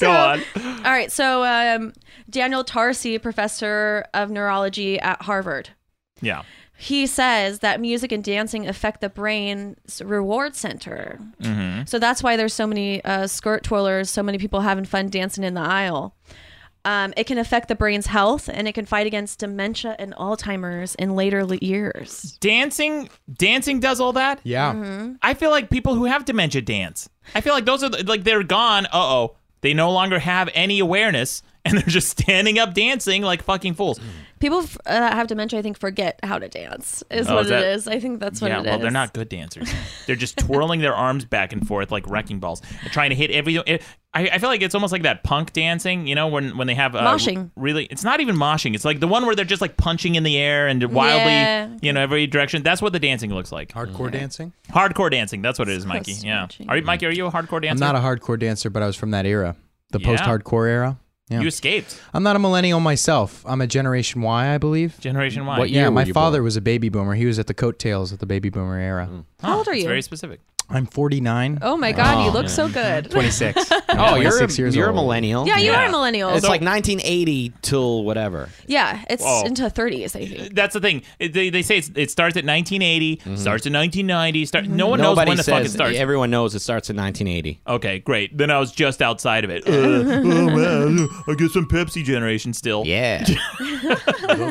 A: Go on.
D: All right. So, um, Daniel Tarsi, professor of neurology at Harvard.
A: Yeah.
D: He says that music and dancing affect the brain's reward center.
A: Mm-hmm.
D: So that's why there's so many uh, skirt twirlers, so many people having fun dancing in the aisle. Um, it can affect the brain's health and it can fight against dementia and Alzheimer's in later le- years.
A: Dancing, dancing does all that.
E: Yeah.
D: Mm-hmm.
A: I feel like people who have dementia dance. I feel like those are the- like they're gone. Uh oh, they no longer have any awareness, and they're just standing up dancing like fucking fools.
D: People f- uh, that have dementia, I think, forget how to dance, is
A: Oh,
D: what
A: is that-
D: it is. I think that's what
A: yeah,
D: it is.
A: well, they're not good dancers. They're just twirling their arms back and forth like wrecking balls, and trying to hit every. It, I, I feel like it's almost like that punk dancing, you know, when when they have uh,
D: Moshing.
A: Really, it's not even moshing. It's like the one where they're just like punching in the air and wildly,
D: Yeah.
A: you know, every direction. That's what the dancing looks like.
E: Hardcore dancing?
A: Hardcore dancing. That's what it is,
E: Close
A: Mikey. Yeah. Are you, Mikey? Are you a hardcore dancer?
E: I'm not a hardcore dancer, but I was from that era, the
A: Yeah.
E: post-hardcore era. Yeah.
A: You escaped.
E: I'm not a millennial myself. I'm a Generation Y, I believe.
A: Generation Y. What
E: yeah,
A: year were
E: my
A: you
E: father was a baby boomer. He was at the coattails of the baby boomer era.
C: Mm.
D: How old are
A: It's
D: you?
A: very specific.
E: I'm 49.
D: Oh my God, you
E: Oh,
C: <laughs>
D: look
E: yeah.
D: so good.
E: 26.
C: Oh, you're a,
E: 26 years
C: you're a
E: old.
C: millennial.
D: <laughs> Yeah, you are a millennial.
C: It's
D: So-
C: like 1980 till whatever.
D: yeah, it's
A: Whoa.
D: into 30s, I think.
A: That's the thing. It- They, they say it's, it starts at 1980, starts at 1990. Start, No one knows
C: Nobody
A: when the
C: says,
A: fuck it starts. Oh.
C: Everyone knows it starts in 1980.
A: Okay, great. Then I was just outside of it. Uh, <laughs> oh, well, I guess I'm Pepsi generation still.
C: Yeah.
A: <laughs>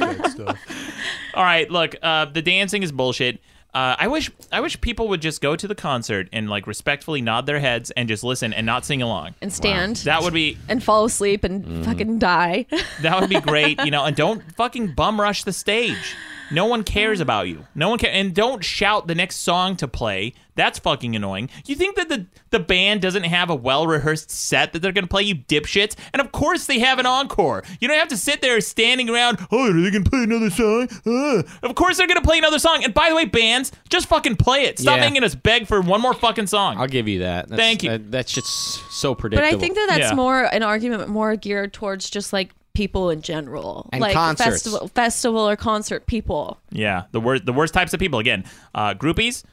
A: All right, look, uh, the dancing is bullshit. Uh, I wish I wish people would just go to the concert and like respectfully nod their heads and just listen and not sing along.
D: And stand.
A: That would be
D: And fall asleep and
E: Mm-hmm.
D: fucking die. <laughs>
A: that would be great, you know. And don't fucking bum rush the stage. No one
C: Mm.
A: cares about you. No one care, and don't shout the next song to play. That's fucking annoying. You think that the the band doesn't have a well rehearsed set that they're gonna play you dipshits? And of course they have an encore. You don't have to sit there standing around. Oh, are they gonna play another song? Uh." Of course they're gonna play another song. And by the way, bands, just fucking play it. Stop
C: Yeah.
A: making us beg for one more fucking song.
C: I'll give you that. That's,
A: Thank you.
C: That, that's just so
D: But
C: predictable.
D: I think that that's more an argument more geared towards just like people in general,
A: And
D: like
A: concerts.
D: festival, festival or concert people.
A: Yeah, the worst the worst types of people again. Uh, groupies,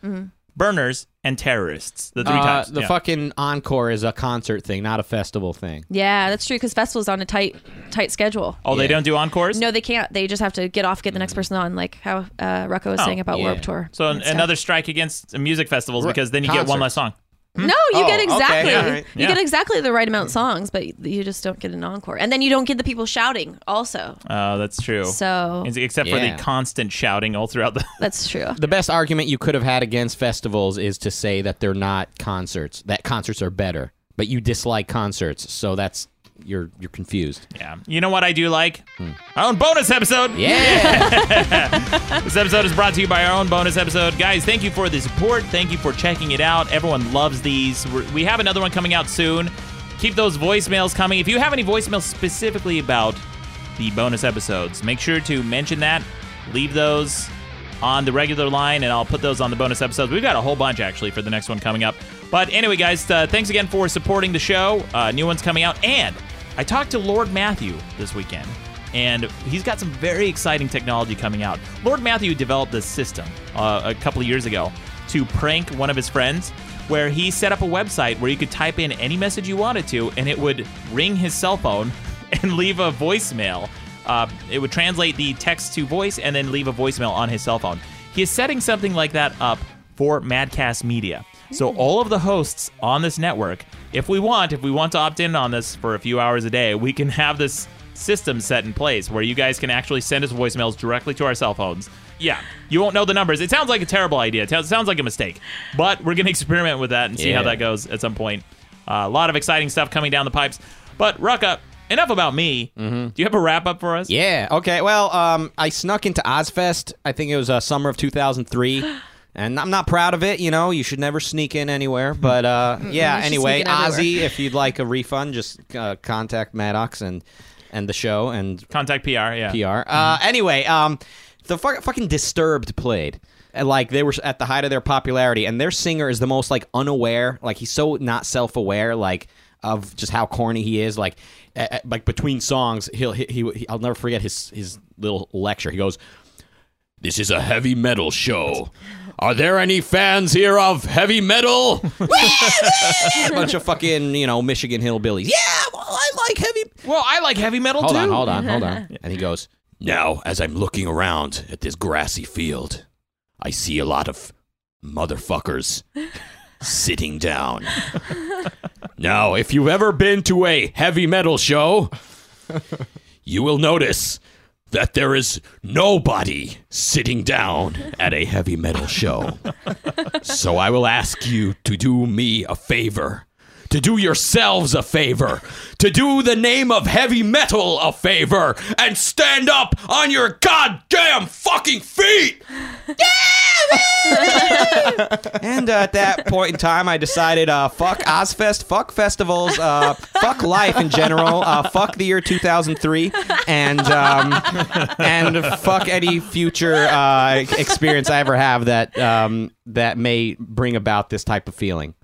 A: burners, and terrorists. The three
C: Mm-hmm. Uh,
A: types.
C: The
A: yeah.
C: fucking encore is a concert thing, not a festival thing.
D: Yeah, that's true because festivals on a tight tight schedule.
A: Oh, they don't do encores.
D: No, they can't. They just have to get off, get the next person on, like how uh, Rucko was
A: Mm. Oh,
D: saying about
A: yeah.
D: Warped Tour.
A: So an,
D: and stuff.
A: another strike against music festivals because then you get
C: Concerts.
A: one less song.
D: No, you
A: Oh,
D: get
A: okay,
D: exactly
A: all right.
D: you
A: Yeah.
D: get exactly the right amount of songs, but you just don't get an encore, and then you don't get the people shouting. Also,
A: Uh, that's true.
D: So-
A: Ex- except
C: Yeah.
A: for the constant shouting all throughout the. <laughs>
D: that's true.
C: The best argument you could have had against festivals is to say that they're not concerts, that concerts are better. But you dislike concerts, so that's you're you're confused.
A: Yeah. You know what I do like?
C: Hmm.
A: Our own bonus episode. Yeah. this episode is brought to you by our own bonus episode. Guys, thank you for the support. Thank you for checking it out. Everyone loves these. We're, we have another one coming out soon. Keep those voicemails coming. If you have any voicemails specifically about the bonus episodes, make sure to mention that. Leave those on the regular line, and I'll put those on the bonus episodes. We've got a whole bunch actually for the next one coming up. But anyway, guys, uh, thanks again for supporting the show. Uh, new ones coming out, and I talked to Lord Matthew this weekend, and he's got some very exciting technology coming out. Lord Matthew developed this system uh, a couple of years ago to prank one of his friends. Where he set up a website where you could type in any message you wanted to, and it would ring his cell phone <laughs> and leave a voicemail uh, it would translate the text to voice and then leave a voicemail on his cell phone. He is setting something like that up for Madcast Media. So all of the hosts on this network, if we want, if we want to opt in on this for a few hours a day, we can <laughs> have this system set in place where you guys can actually send us voicemails directly to our cell phones. Yeah, you won't know the numbers. It sounds like a terrible idea. It sounds- sounds like a mistake. But we're going to <laughs> experiment with that and see how
C: Yeah.
A: that goes at some point. Uh, a lot of exciting stuff coming down the pipes. But Rucka, enough about me. Do you have a wrap up for us?
C: Mm-hmm. Yeah. Okay. Well, um, I snuck into Ozfest. I think it was uh, summer
B: <gasps>
C: of 2003. And I'm not proud of it, you know. You should never sneak in anywhere. But uh,
B: Mm-mm,
C: yeah,
B: you should
C: anyway,
B: sneak in everywhere.
C: Ozzy, if you'd like a refund, just uh, contact Maddox and and the show and
A: contact PR, yeah,
C: PR. Uh, anyway, um, the fu- fucking Disturbed played. And, like they were at the height of their popularity, and their singer is the most like unaware. Like he's so not self-aware. Like of just how corny he is. Like a- a- like between songs, he'll he, he, he I'll never forget his his little lecture. He goes. This is a heavy metal show. Are there any fans here of heavy metal? Bunch of fucking, you know, Michigan hillbillies. Yeah, well, I like heavy.
A: Well, I like heavy metal
C: hold
A: too.
C: on, hold on, hold on. And he goes, Now, as I'm looking around at this grassy field, I see a lot of motherfuckers sitting down. now, if you've ever been to a heavy metal show, you will notice that there is nobody sitting down at a heavy metal show. so I will ask you to do me a favor, to do yourselves a favor, to do the name of heavy metal a favor, and stand up on your goddamn fucking feet. and uh, at that point in time, I decided, uh, fuck Ozfest, fuck festivals, uh, fuck life in general, uh, fuck the year 2003, and um, and fuck any future uh, experience I ever have that um, that may bring about this type of feeling.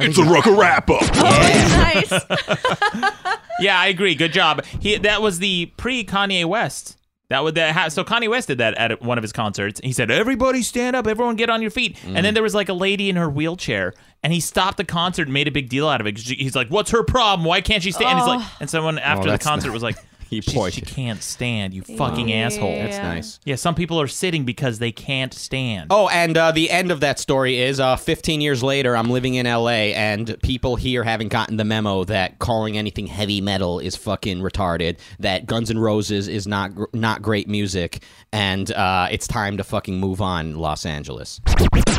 A: It's a Rucker wrap up.
D: nice.
A: <laughs> yeah, I agree. Good job. He that was the pre Kanye West. That would that ha- so Kanye West did that at one of his concerts. He said, "Everybody stand up, everyone get on your feet." And then there was like a lady in her wheelchair, and he stopped the concert and made a big deal out of it. 'Cause she- He's like, "What's her problem? Why can't she stand?" And he's like,
C: Oh.
A: and someone after the
C: that's
A: concert
C: not-
A: was like,
C: <laughs> he
A: she, she can't stand, you fucking asshole."
C: That's nice.
A: Yeah, some people are sitting because they can't stand.
C: Oh, and uh, the end of that story is uh, 15 years later, I'm living in LA, and people here haven't gotten the memo that calling anything heavy metal is fucking retarded, that Guns N' Roses is not, gr- not great music, and uh, it's time to fucking move on, Los Angeles.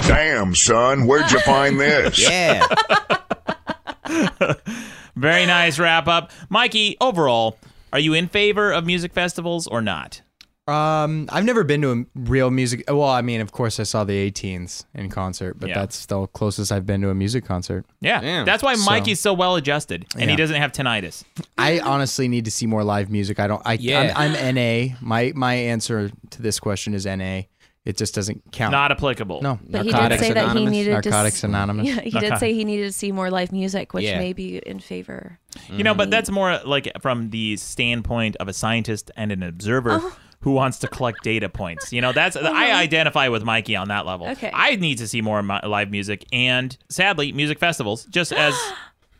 M: Damn, son, where'd you find this?
C: Yeah.
A: Very nice wrap up, Mikey. Overall, are you in favor of music festivals or not?
E: Um, <laughs> I've never been to a real music. Well, I mean, of course, I saw the 18s in concert, but
A: Yeah.
E: that's the closest I've been to a music concert.
A: Yeah, that's why
E: So-
A: Mikey's so well adjusted, and he
E: Yeah.
A: doesn't have tinnitus.
E: I honestly need to see more live music. I don't. I,
A: Yeah.
E: I'm, I'm NA. My my answer to this question is NA. It just doesn't count.
A: Not applicable.
E: No.
D: But he did say that he needed
E: Narcotics
D: to s- <laughs>
E: Anonymous.
D: Yeah, he did say he needed to see more live music, which
A: Yeah.
D: may be in favor.
A: You know, but
D: Mm.
A: that's more like from the standpoint of a scientist and an observer
D: Uh-huh.
A: who wants to collect data points. You know, that's I identify with Mikey on that level.
D: Okay.
A: I need to see more mi- live music and sadly music festivals just
D: <gasps>
A: as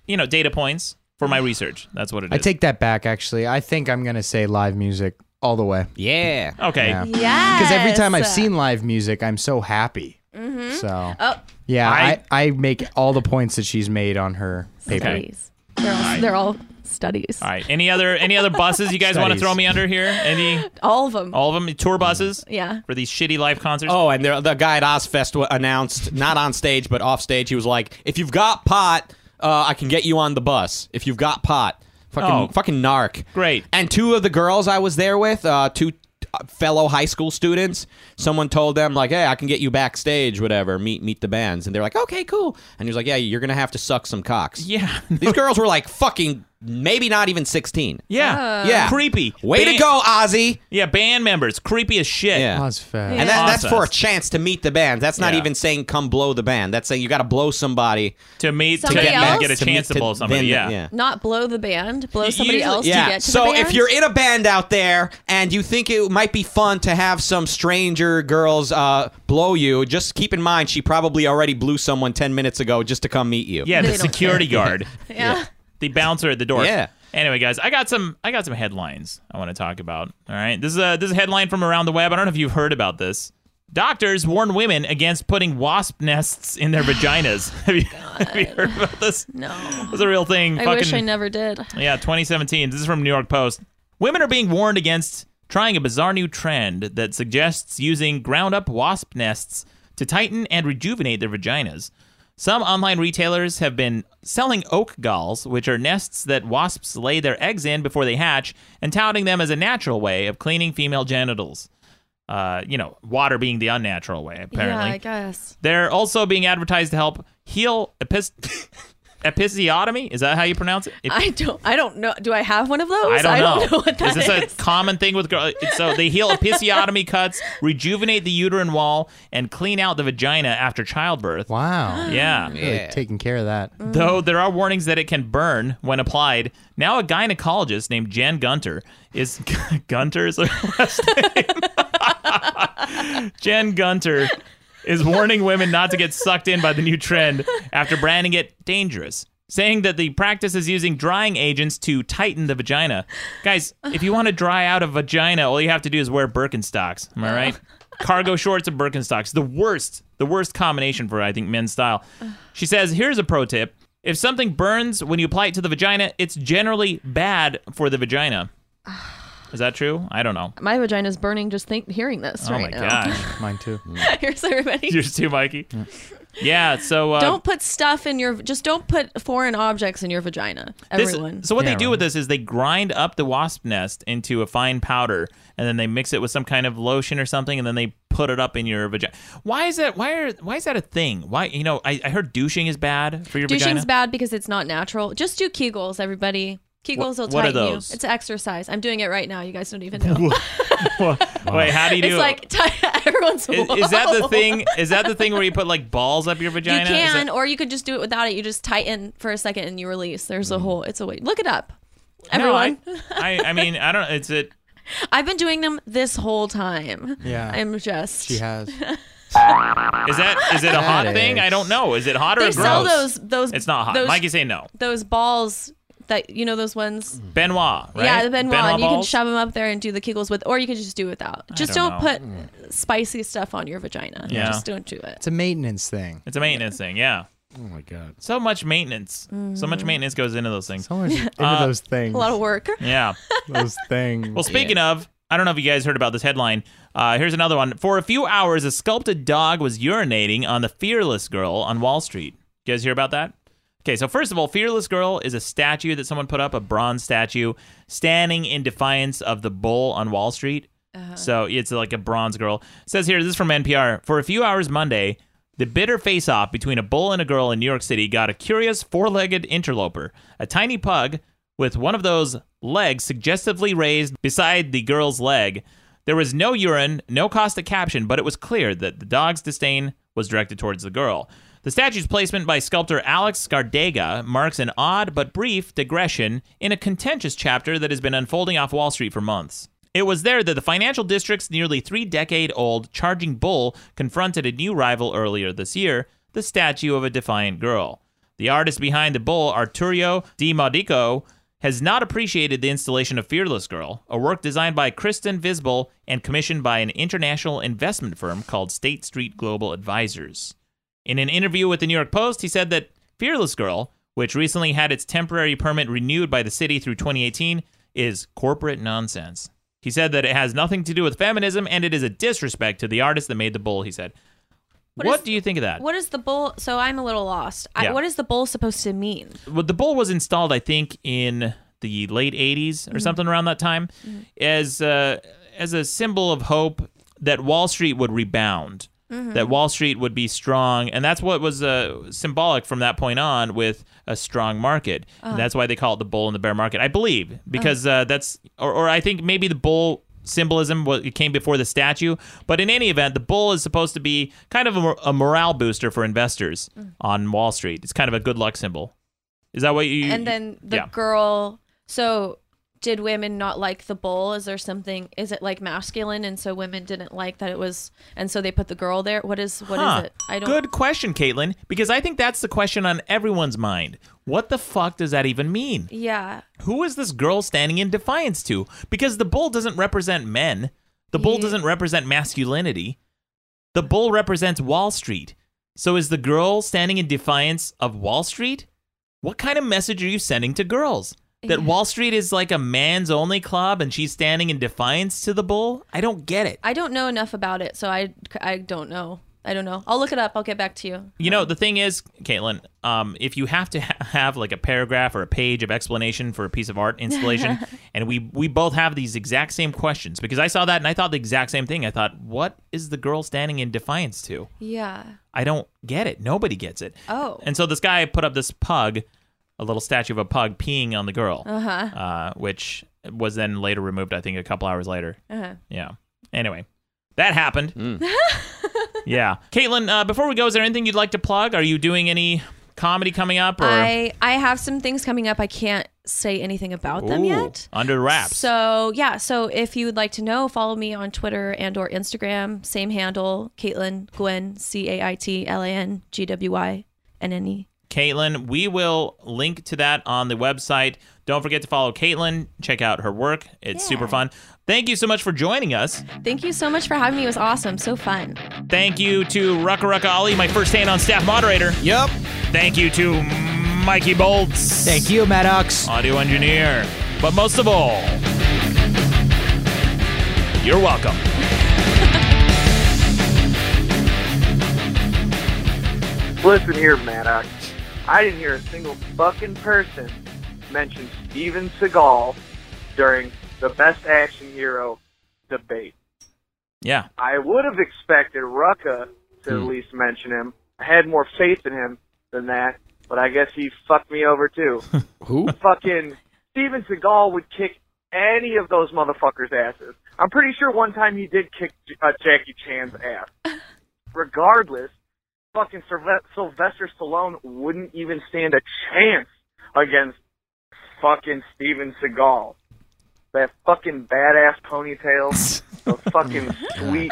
A: you know, data points for my research. That's what it is.
E: I take that back. Actually, I think I'm gonna say live music all the way.
C: Yeah.
A: Okay.
E: Because every time I've
D: Yes.
E: seen live music, I'm so happy.
D: Mhm.
E: So.
D: Oh,
E: Yeah,
A: I-
E: I, I, make all the points that she's made on her paper.
D: studies. They're all, they're all studies.
A: All right. Any other any other buses you guys want to
E: Studies.
A: throw me under here? Any
D: All of them.
A: all of them tour buses?
D: Yeah.
A: For these shitty live concerts?
C: Oh, and the, the guy at Ozfest wa- announced, not on stage, but off stage, he was like, if you've got pot, uh, I can get you on the bus. If you've got pot. Fucking,
A: Oh.
C: fucking narc.
A: Great.
C: And two of the girls I was there with, uh, two uh, fellow high school students, someone told them like, "Hey, I can get you backstage, whatever. Meet meet the bands." And they're like, "Okay, cool." And he was like, "Yeah, you're gonna have to suck some cocks."
A: Yeah. <laughs>
C: These girls were like fucking maybe not even sixteen.
A: Yeah.
D: Oh.
C: Uh. Yeah.
A: Creepy.
C: Way to go, Ozzy.
A: Yeah, band members. Creepy as shit.
C: Yeah.
E: fat.
C: And that, that's
A: Awesome.
C: for a chance to meet the band. That's not
A: Yeah.
C: even saying come blow the band. That's saying you got to blow somebody
A: to meet
D: Somebody
C: get,
D: else?
C: back,
A: Get a chance to blow somebody,
C: then-
A: yeah.
D: Not blow the band, blow somebody
C: Usually-
D: else
C: yeah.
D: to get to
C: so
D: the band.
C: if you're in a band out there and you think it might be fun to have some stranger girls uh, blow you, just keep in mind she probably already blew someone ten minutes ago just to come meet you.
A: Yeah, the security guard.
D: <laughs> Yeah. Yeah.
A: The bouncer at the door.
C: Yeah.
A: Anyway, guys, I got some I got some headlines I want to talk about. All right. This is a this is a headline from around the web. I don't know if you've heard about this. Doctors warn women against putting wasp nests in their vaginas. <laughs> have, you, have you heard about this?
D: No.
A: This is a real thing.
D: I
A: Fucking-
D: wish I never did.
A: Yeah, 2017. This is from New York Post. Women are being warned against trying a bizarre new trend that suggests using ground up wasp nests to tighten and rejuvenate their vaginas. Some online retailers have been selling oak galls, which are nests that wasps lay their eggs in before they hatch, and touting them as a natural way of cleaning female genitals. Uh, you know, water being the unnatural way, apparently.
D: Yeah, I guess.
A: They're also being advertised to help heal epis- <laughs> episiotomy. Is that how you pronounce it? Ep-
D: I don't. I don't know. Do I have one of those?
A: I don't know.
D: <laughs> what that is.
A: this a common thing with girls? So they heal episiotomy cuts, rejuvenate the uterine wall, and clean out the vagina after childbirth.
E: Wow.
A: Yeah.
E: Really taking care of that.
D: Mm.
A: Though there are warnings that it can burn when applied. Now a gynecologist named Jan Gunter is <laughs> Gunter is her last name. Jan Gunter is warning women not to get sucked in by the new trend after branding it dangerous, saying that the practice is using drying agents to tighten the vagina. Guys, if you want to dry out a vagina, all you have to do is wear Birkenstocks. Am I right? Cargo shorts and Birkenstocks. The worst, the worst combination for, I think, men's style. She says, here's a pro tip. If something burns when you apply it to the vagina, it's generally bad for the vagina. Is that true? I don't know.
D: My vagina's burning just think hearing this
A: oh my
D: right now.
A: gosh.
E: Mine too.
D: <laughs> Here's everybody.
A: <laughs> Yours too, Mikey. Yeah, so uh,
D: don't put stuff in your. Just don't put foreign objects in your vagina.
A: this-
D: Everyone.
A: so what they do with this is they grind up the wasp nest into a fine powder, and then they mix it with some kind of lotion or something, and then they put it up in your vagina. Why is that? Why are? Why is that a thing? Why you know? I, I heard douching is bad for your
D: douching's
A: vagina.
D: bad because it's not natural. Just do Kegels, everybody. Kegels will
A: What- what are
D: tighten you.
A: those?
D: It's exercise. I'm doing it right now. You guys
A: <laughs>
D: don't even know.
A: Wait, how do you do?
D: <laughs> it's
A: it?
D: like ti- everyone's.
A: Is, is that the
D: "Whoa."
A: thing? Is that the thing where you put like balls up your vagina?
D: You
A: Is
D: can,
A: that-
D: or you could just do it without it. You just tighten for a second and you release. There's a whole. It's a way. Look it up, everyone.
A: Mm. No, I, I, I mean, I don't. It's it.
D: I, have been doing them this whole time.
A: Yeah.
D: I'm just.
E: She has.
A: Is <laughs> that is it a hot
E: That
A: thing? I don't know. Is it hot or
D: They
A: gross?
D: sell those- those-
A: It's not hot.
D: those-
A: Mikey say no.
D: Those balls that you know those ones.
A: Benoit, right?
D: Yeah, the Benoit. and you can
A: balls?
D: shove them up there and do the Kegels with, or you can just do without. Just
A: don't
D: don't,
A: know. Mm.
D: put spicy stuff on your vagina.
A: Yeah.
D: Just don't do it.
E: It's a maintenance thing.
A: It's a maintenance thing. Yeah.
E: Oh my god.
A: So much maintenance. So much
D: Mhm.
A: maintenance goes into those things.
E: So much into
A: Uh,
E: those things.
D: A lot of work.
A: Yeah.
E: those things.
A: Well, speaking of, I don't know if you guys heard about this headline. Uh, here's another one. For a few hours, a sculpted dog was urinating on the Fearless Girl on Wall Street. You guys hear about that? Okay, so first of all, Fearless Girl is a statue that someone put up, a bronze statue, standing in defiance of the bull on Wall Street. So it's like a bronze girl. It says here, this is from NPR. For a few hours Monday, the bitter face off between a bull and a girl in New York City got a curious four legged interloper, a tiny pug with one of those legs suggestively raised beside the girl's leg. There was no urine, no caustic caption, but it was clear that the dog's disdain was directed towards the girl. The statue's placement by sculptor Alex Gardega marks an odd but brief digression in a contentious chapter that has been unfolding off Wall Street for months. It was there that the financial district's nearly three decade old charging bull confronted a new rival earlier this year the statue of a defiant girl. The artist behind the bull, Arturo Di Modico, has not appreciated the installation of Fearless Girl, a work designed by Kristen Visbel and commissioned by an international investment firm called State Street Global Advisors. In an interview with the New York Post, he said that Fearless Girl, which recently had its temporary permit renewed by the city through 2018, is corporate nonsense. He said that it has nothing to do with feminism and it is a disrespect to the artist that made the bull, he said. What,
D: What is-
A: do you think of that?
D: What is the bull? So I'm a little lost.
A: Yeah.
D: I, what is the bull supposed to mean?
A: Well, the bull was installed, I think, in the late 80s or
N: Mhm.
A: something around that time
N: Mhm.
A: as uh, as a symbol of hope that Wall Street would rebound,
D: Mm-hmm.
N: Mhm.
A: that Wall Street would be strong, and that's what was uh, symbolic from that point on with a strong market.
N: Uh-huh.
A: And that's why they call it the bull and the bear market, I
D: Uh-huh.
A: believe, because uh, that's or, or I think maybe the bull symbolism wa- it came before the statue but in any event the bull is supposed to be kind of a, mor- a morale booster for investors
D: Mm.
A: on wall street it's kind of a good luck symbol is that what you
D: and then the
A: yeah.
D: girl. So did women not like the bull? Is there something? Is it like masculine? And so women didn't like that it was. And so they put the girl there. What is? What is
A: Huh.
D: it? I don't.
A: Good question, Caitlin, because I think that's the question on everyone's mind. What the fuck does that even mean?
D: Yeah.
A: Who is this girl standing in defiance to? Because the bull doesn't represent men. The bull doesn't represent masculinity. The bull represents Wall Street. So is the girl standing in defiance of Wall Street? What kind of message are you sending to girls? That
D: Yeah.
A: Wall Street is like a man's only club and she's standing in defiance to the bull? I don't get it.
D: I don't know enough about it, so I I don't know. I don't know. I'll look it up. I'll get back to you.
A: You know, the thing is, Caitlin, um, if you have to ha- have like a paragraph or a page of explanation for a piece of art installation, and we we both have these exact same questions because I saw that and I thought the exact same thing. I thought, what is the girl standing in defiance to?
D: Yeah.
A: I don't get it. Nobody gets it.
D: Oh.
A: And so this guy put up this pug, a little statue of a pug peeing on the girl,
D: Uh-huh.
A: uh, which was then later removed. I think a couple hours later.
D: Uh-huh.
A: Yeah. Anyway, that happened.
D: <laughs>
A: yeah. Caitlin, uh, before we go, is there anything you'd like to plug? Are you doing any comedy coming up? Or
D: I I have some things coming up. I can't say anything about them
A: Ooh,
D: yet.
A: Under wraps.
D: So yeah, so if you would like to know, follow me on Twitter and or Instagram, same handle, Caitlin Gwen C A I T L A N G W I N N E.
A: Caitlin. We will link to that on the website. Don't forget to follow Caitlin. Check out her work. It's super fun. Thank you so much for joining us.
D: Thank you so much for having me. It was awesome, so fun.
A: Thank you to Rucka Rucka Ali, my first hand on staff moderator. Yep. Thank you to Mikey Bolts. Thank
E: you, Maddox.
A: Audio engineer. But most of all, you're welcome.
G: Listen here, Maddox. I didn't hear a single fucking person mention Steven Seagal during the Best Action Hero debate.
A: Yeah.
G: I would have expected Rucka to
A: Hmm.
G: at least mention him. I had more faith in him than that, but I guess he fucked me
A: <laughs>
G: over too.
C: Who?
G: Fucking Steven Seagal would kick any of those motherfuckers' asses. I'm pretty sure one time he did kick uh, Jackie Chan's ass. Regardless, fucking Sylve- Sylvester Stallone wouldn't even stand a chance against fucking Steven Seagal. That fucking badass ponytail, the fucking sweet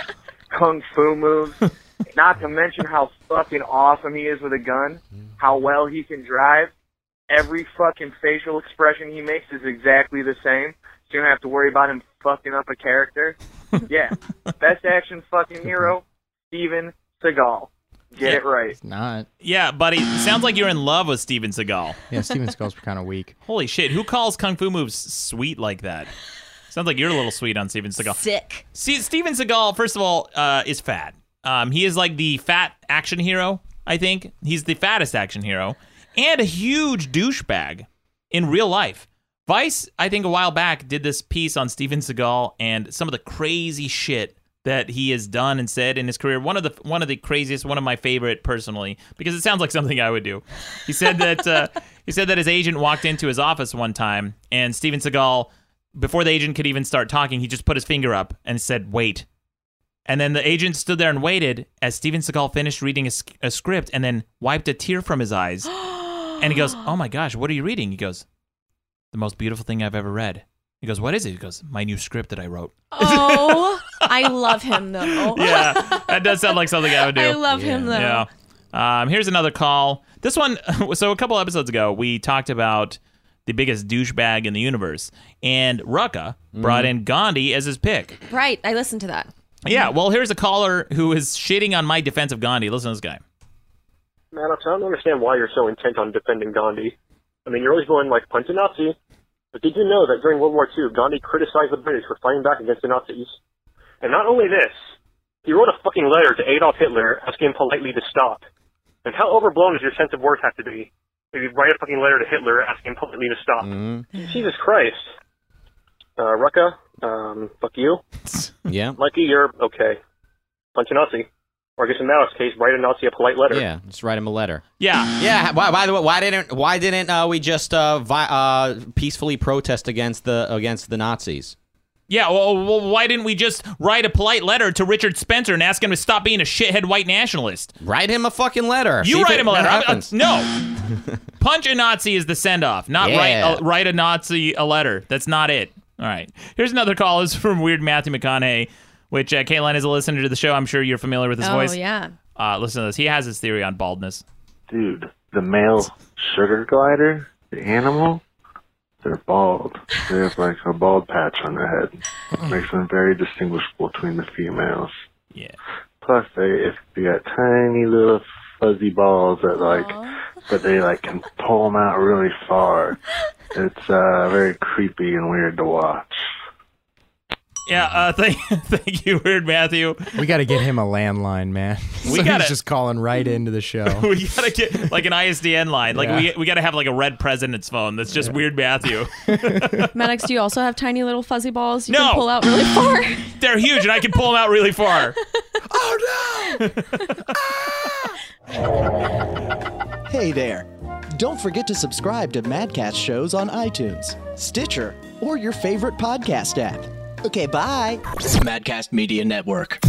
G: kung fu moves. Not to mention how fucking awesome he is with a gun, how well he can drive. Every fucking facial expression he makes is exactly the same. So you don't have to worry about him fucking up a character. Yeah, best action fucking hero, Steven Seagal. Get it right.
E: Not.
A: Yeah, buddy. Sounds like you're in love with Steven Seagal.
E: Yeah, Steven Seagal's kind of weak.
A: Holy shit. Who calls Kung Fu moves sweet like that? Sounds like you're a little sweet on Steven Seagal.
D: Sick.
A: See, Steven Seagal, first of all, uh, is fat. Um, he is like the fat action hero, I think. He's the fattest action hero and a huge douchebag in real life. Vice, I think a while back, did this piece on Steven Seagal and some of the crazy shit that he has done and said in his career. One of the one of the craziest, one of my favorite personally, because it sounds like something I would do. He said that uh, <laughs> he said that his agent walked into his office one time and Steven Seagal before the agent could even start talking, he just put his finger up and said, "Wait." And then the agent stood there and waited as Steven Seagal finished reading a, sc- a script and then wiped a tear from his eyes. <gasps> and he
D: <gasps>
A: goes, "Oh my gosh, what are you reading?" He goes, "The most beautiful thing I've ever read." He goes, "What is it?" He goes, "My new script that I
D: <laughs>
A: wrote."
D: Oh, I love him though.
A: yeah, that does sound like something I would do.
D: I love him, though.
A: Yeah. Um, here's another call. This one. <laughs> So a couple episodes ago, we talked about the biggest douchebag in the universe, and Rucka brought in Gandhi as his pick.
D: Right. I listened to that.
A: Yeah. Well, here's a caller who is shitting on my defense of Gandhi. Listen to this guy.
O: Maddox, I don't understand why you're so intent on defending Gandhi. I mean, you're always going like punch a Nazi, but did you know that during World War II, Gandhi criticized the British for fighting back against the Nazis? And not only this, he wrote a fucking letter to Adolf Hitler asking him politely to stop. And how overblown does your sense of worth have to be? Maybe write a fucking letter to Hitler asking him publicly to stop. Jesus Christ. Uh, Rucka, um, fuck you.
C: Yeah.
O: Mikey, you're okay. Punch a Nazi. Or I guess in Malik's case, write a Nazi a polite letter.
C: Yeah, just write him a letter.
A: Yeah.
C: Yeah. Why, by the way, why didn't why didn't uh, we just uh, vi- uh, peacefully protest against the against the Nazis?
A: Yeah, well, well, why didn't we just write a polite letter to Richard Spencer and ask him to stop being a shithead white nationalist?
C: Write him a fucking letter.
A: You
C: See if
A: write
C: it
A: him a letter. I- I-
C: happens.
A: no.
C: <laughs>
A: Punch a Nazi is the send off, not
C: Yeah.
A: write, a, write a Nazi a letter. That's not it. All right. Here's another call. It's from Weird Matthew McConaughey, which uh, Kaylin is a listener to the show. I'm sure you're familiar with his
D: oh
A: voice.
D: yeah.
A: Uh, listen to this. He has his theory on baldness.
N: Dude, the male sugar glider, the animal, they're bald. They have like a bald patch on their head. Makes them very distinguishable between the females.
A: Yeah.
N: Plus, they if they got tiny little fuzzy balls that like, but they like can pull them out really far. It's uh, very creepy and weird to watch.
A: Yeah. Uh, <laughs> thank, thank you, Weird Matthew.
E: We got to get him a landline, man.
A: We
E: We <laughs> so
A: gotta-
E: he's just calling right into the show.
A: we gotta get like an ISDN line. Like
E: Yeah.
A: we we gotta have like a red president's phone that's just
C: <laughs>
A: Weird Matthew.
D: Maddox, do you also have tiny little fuzzy balls you
A: No.
D: can pull out really
A: <laughs>
D: far?
A: They're huge, and I can pull them out really far.
P: Hey there! Don't forget to subscribe to Madcast shows on iTunes, Stitcher, or your favorite podcast app. Okay, bye.
B: Madcast Media Network.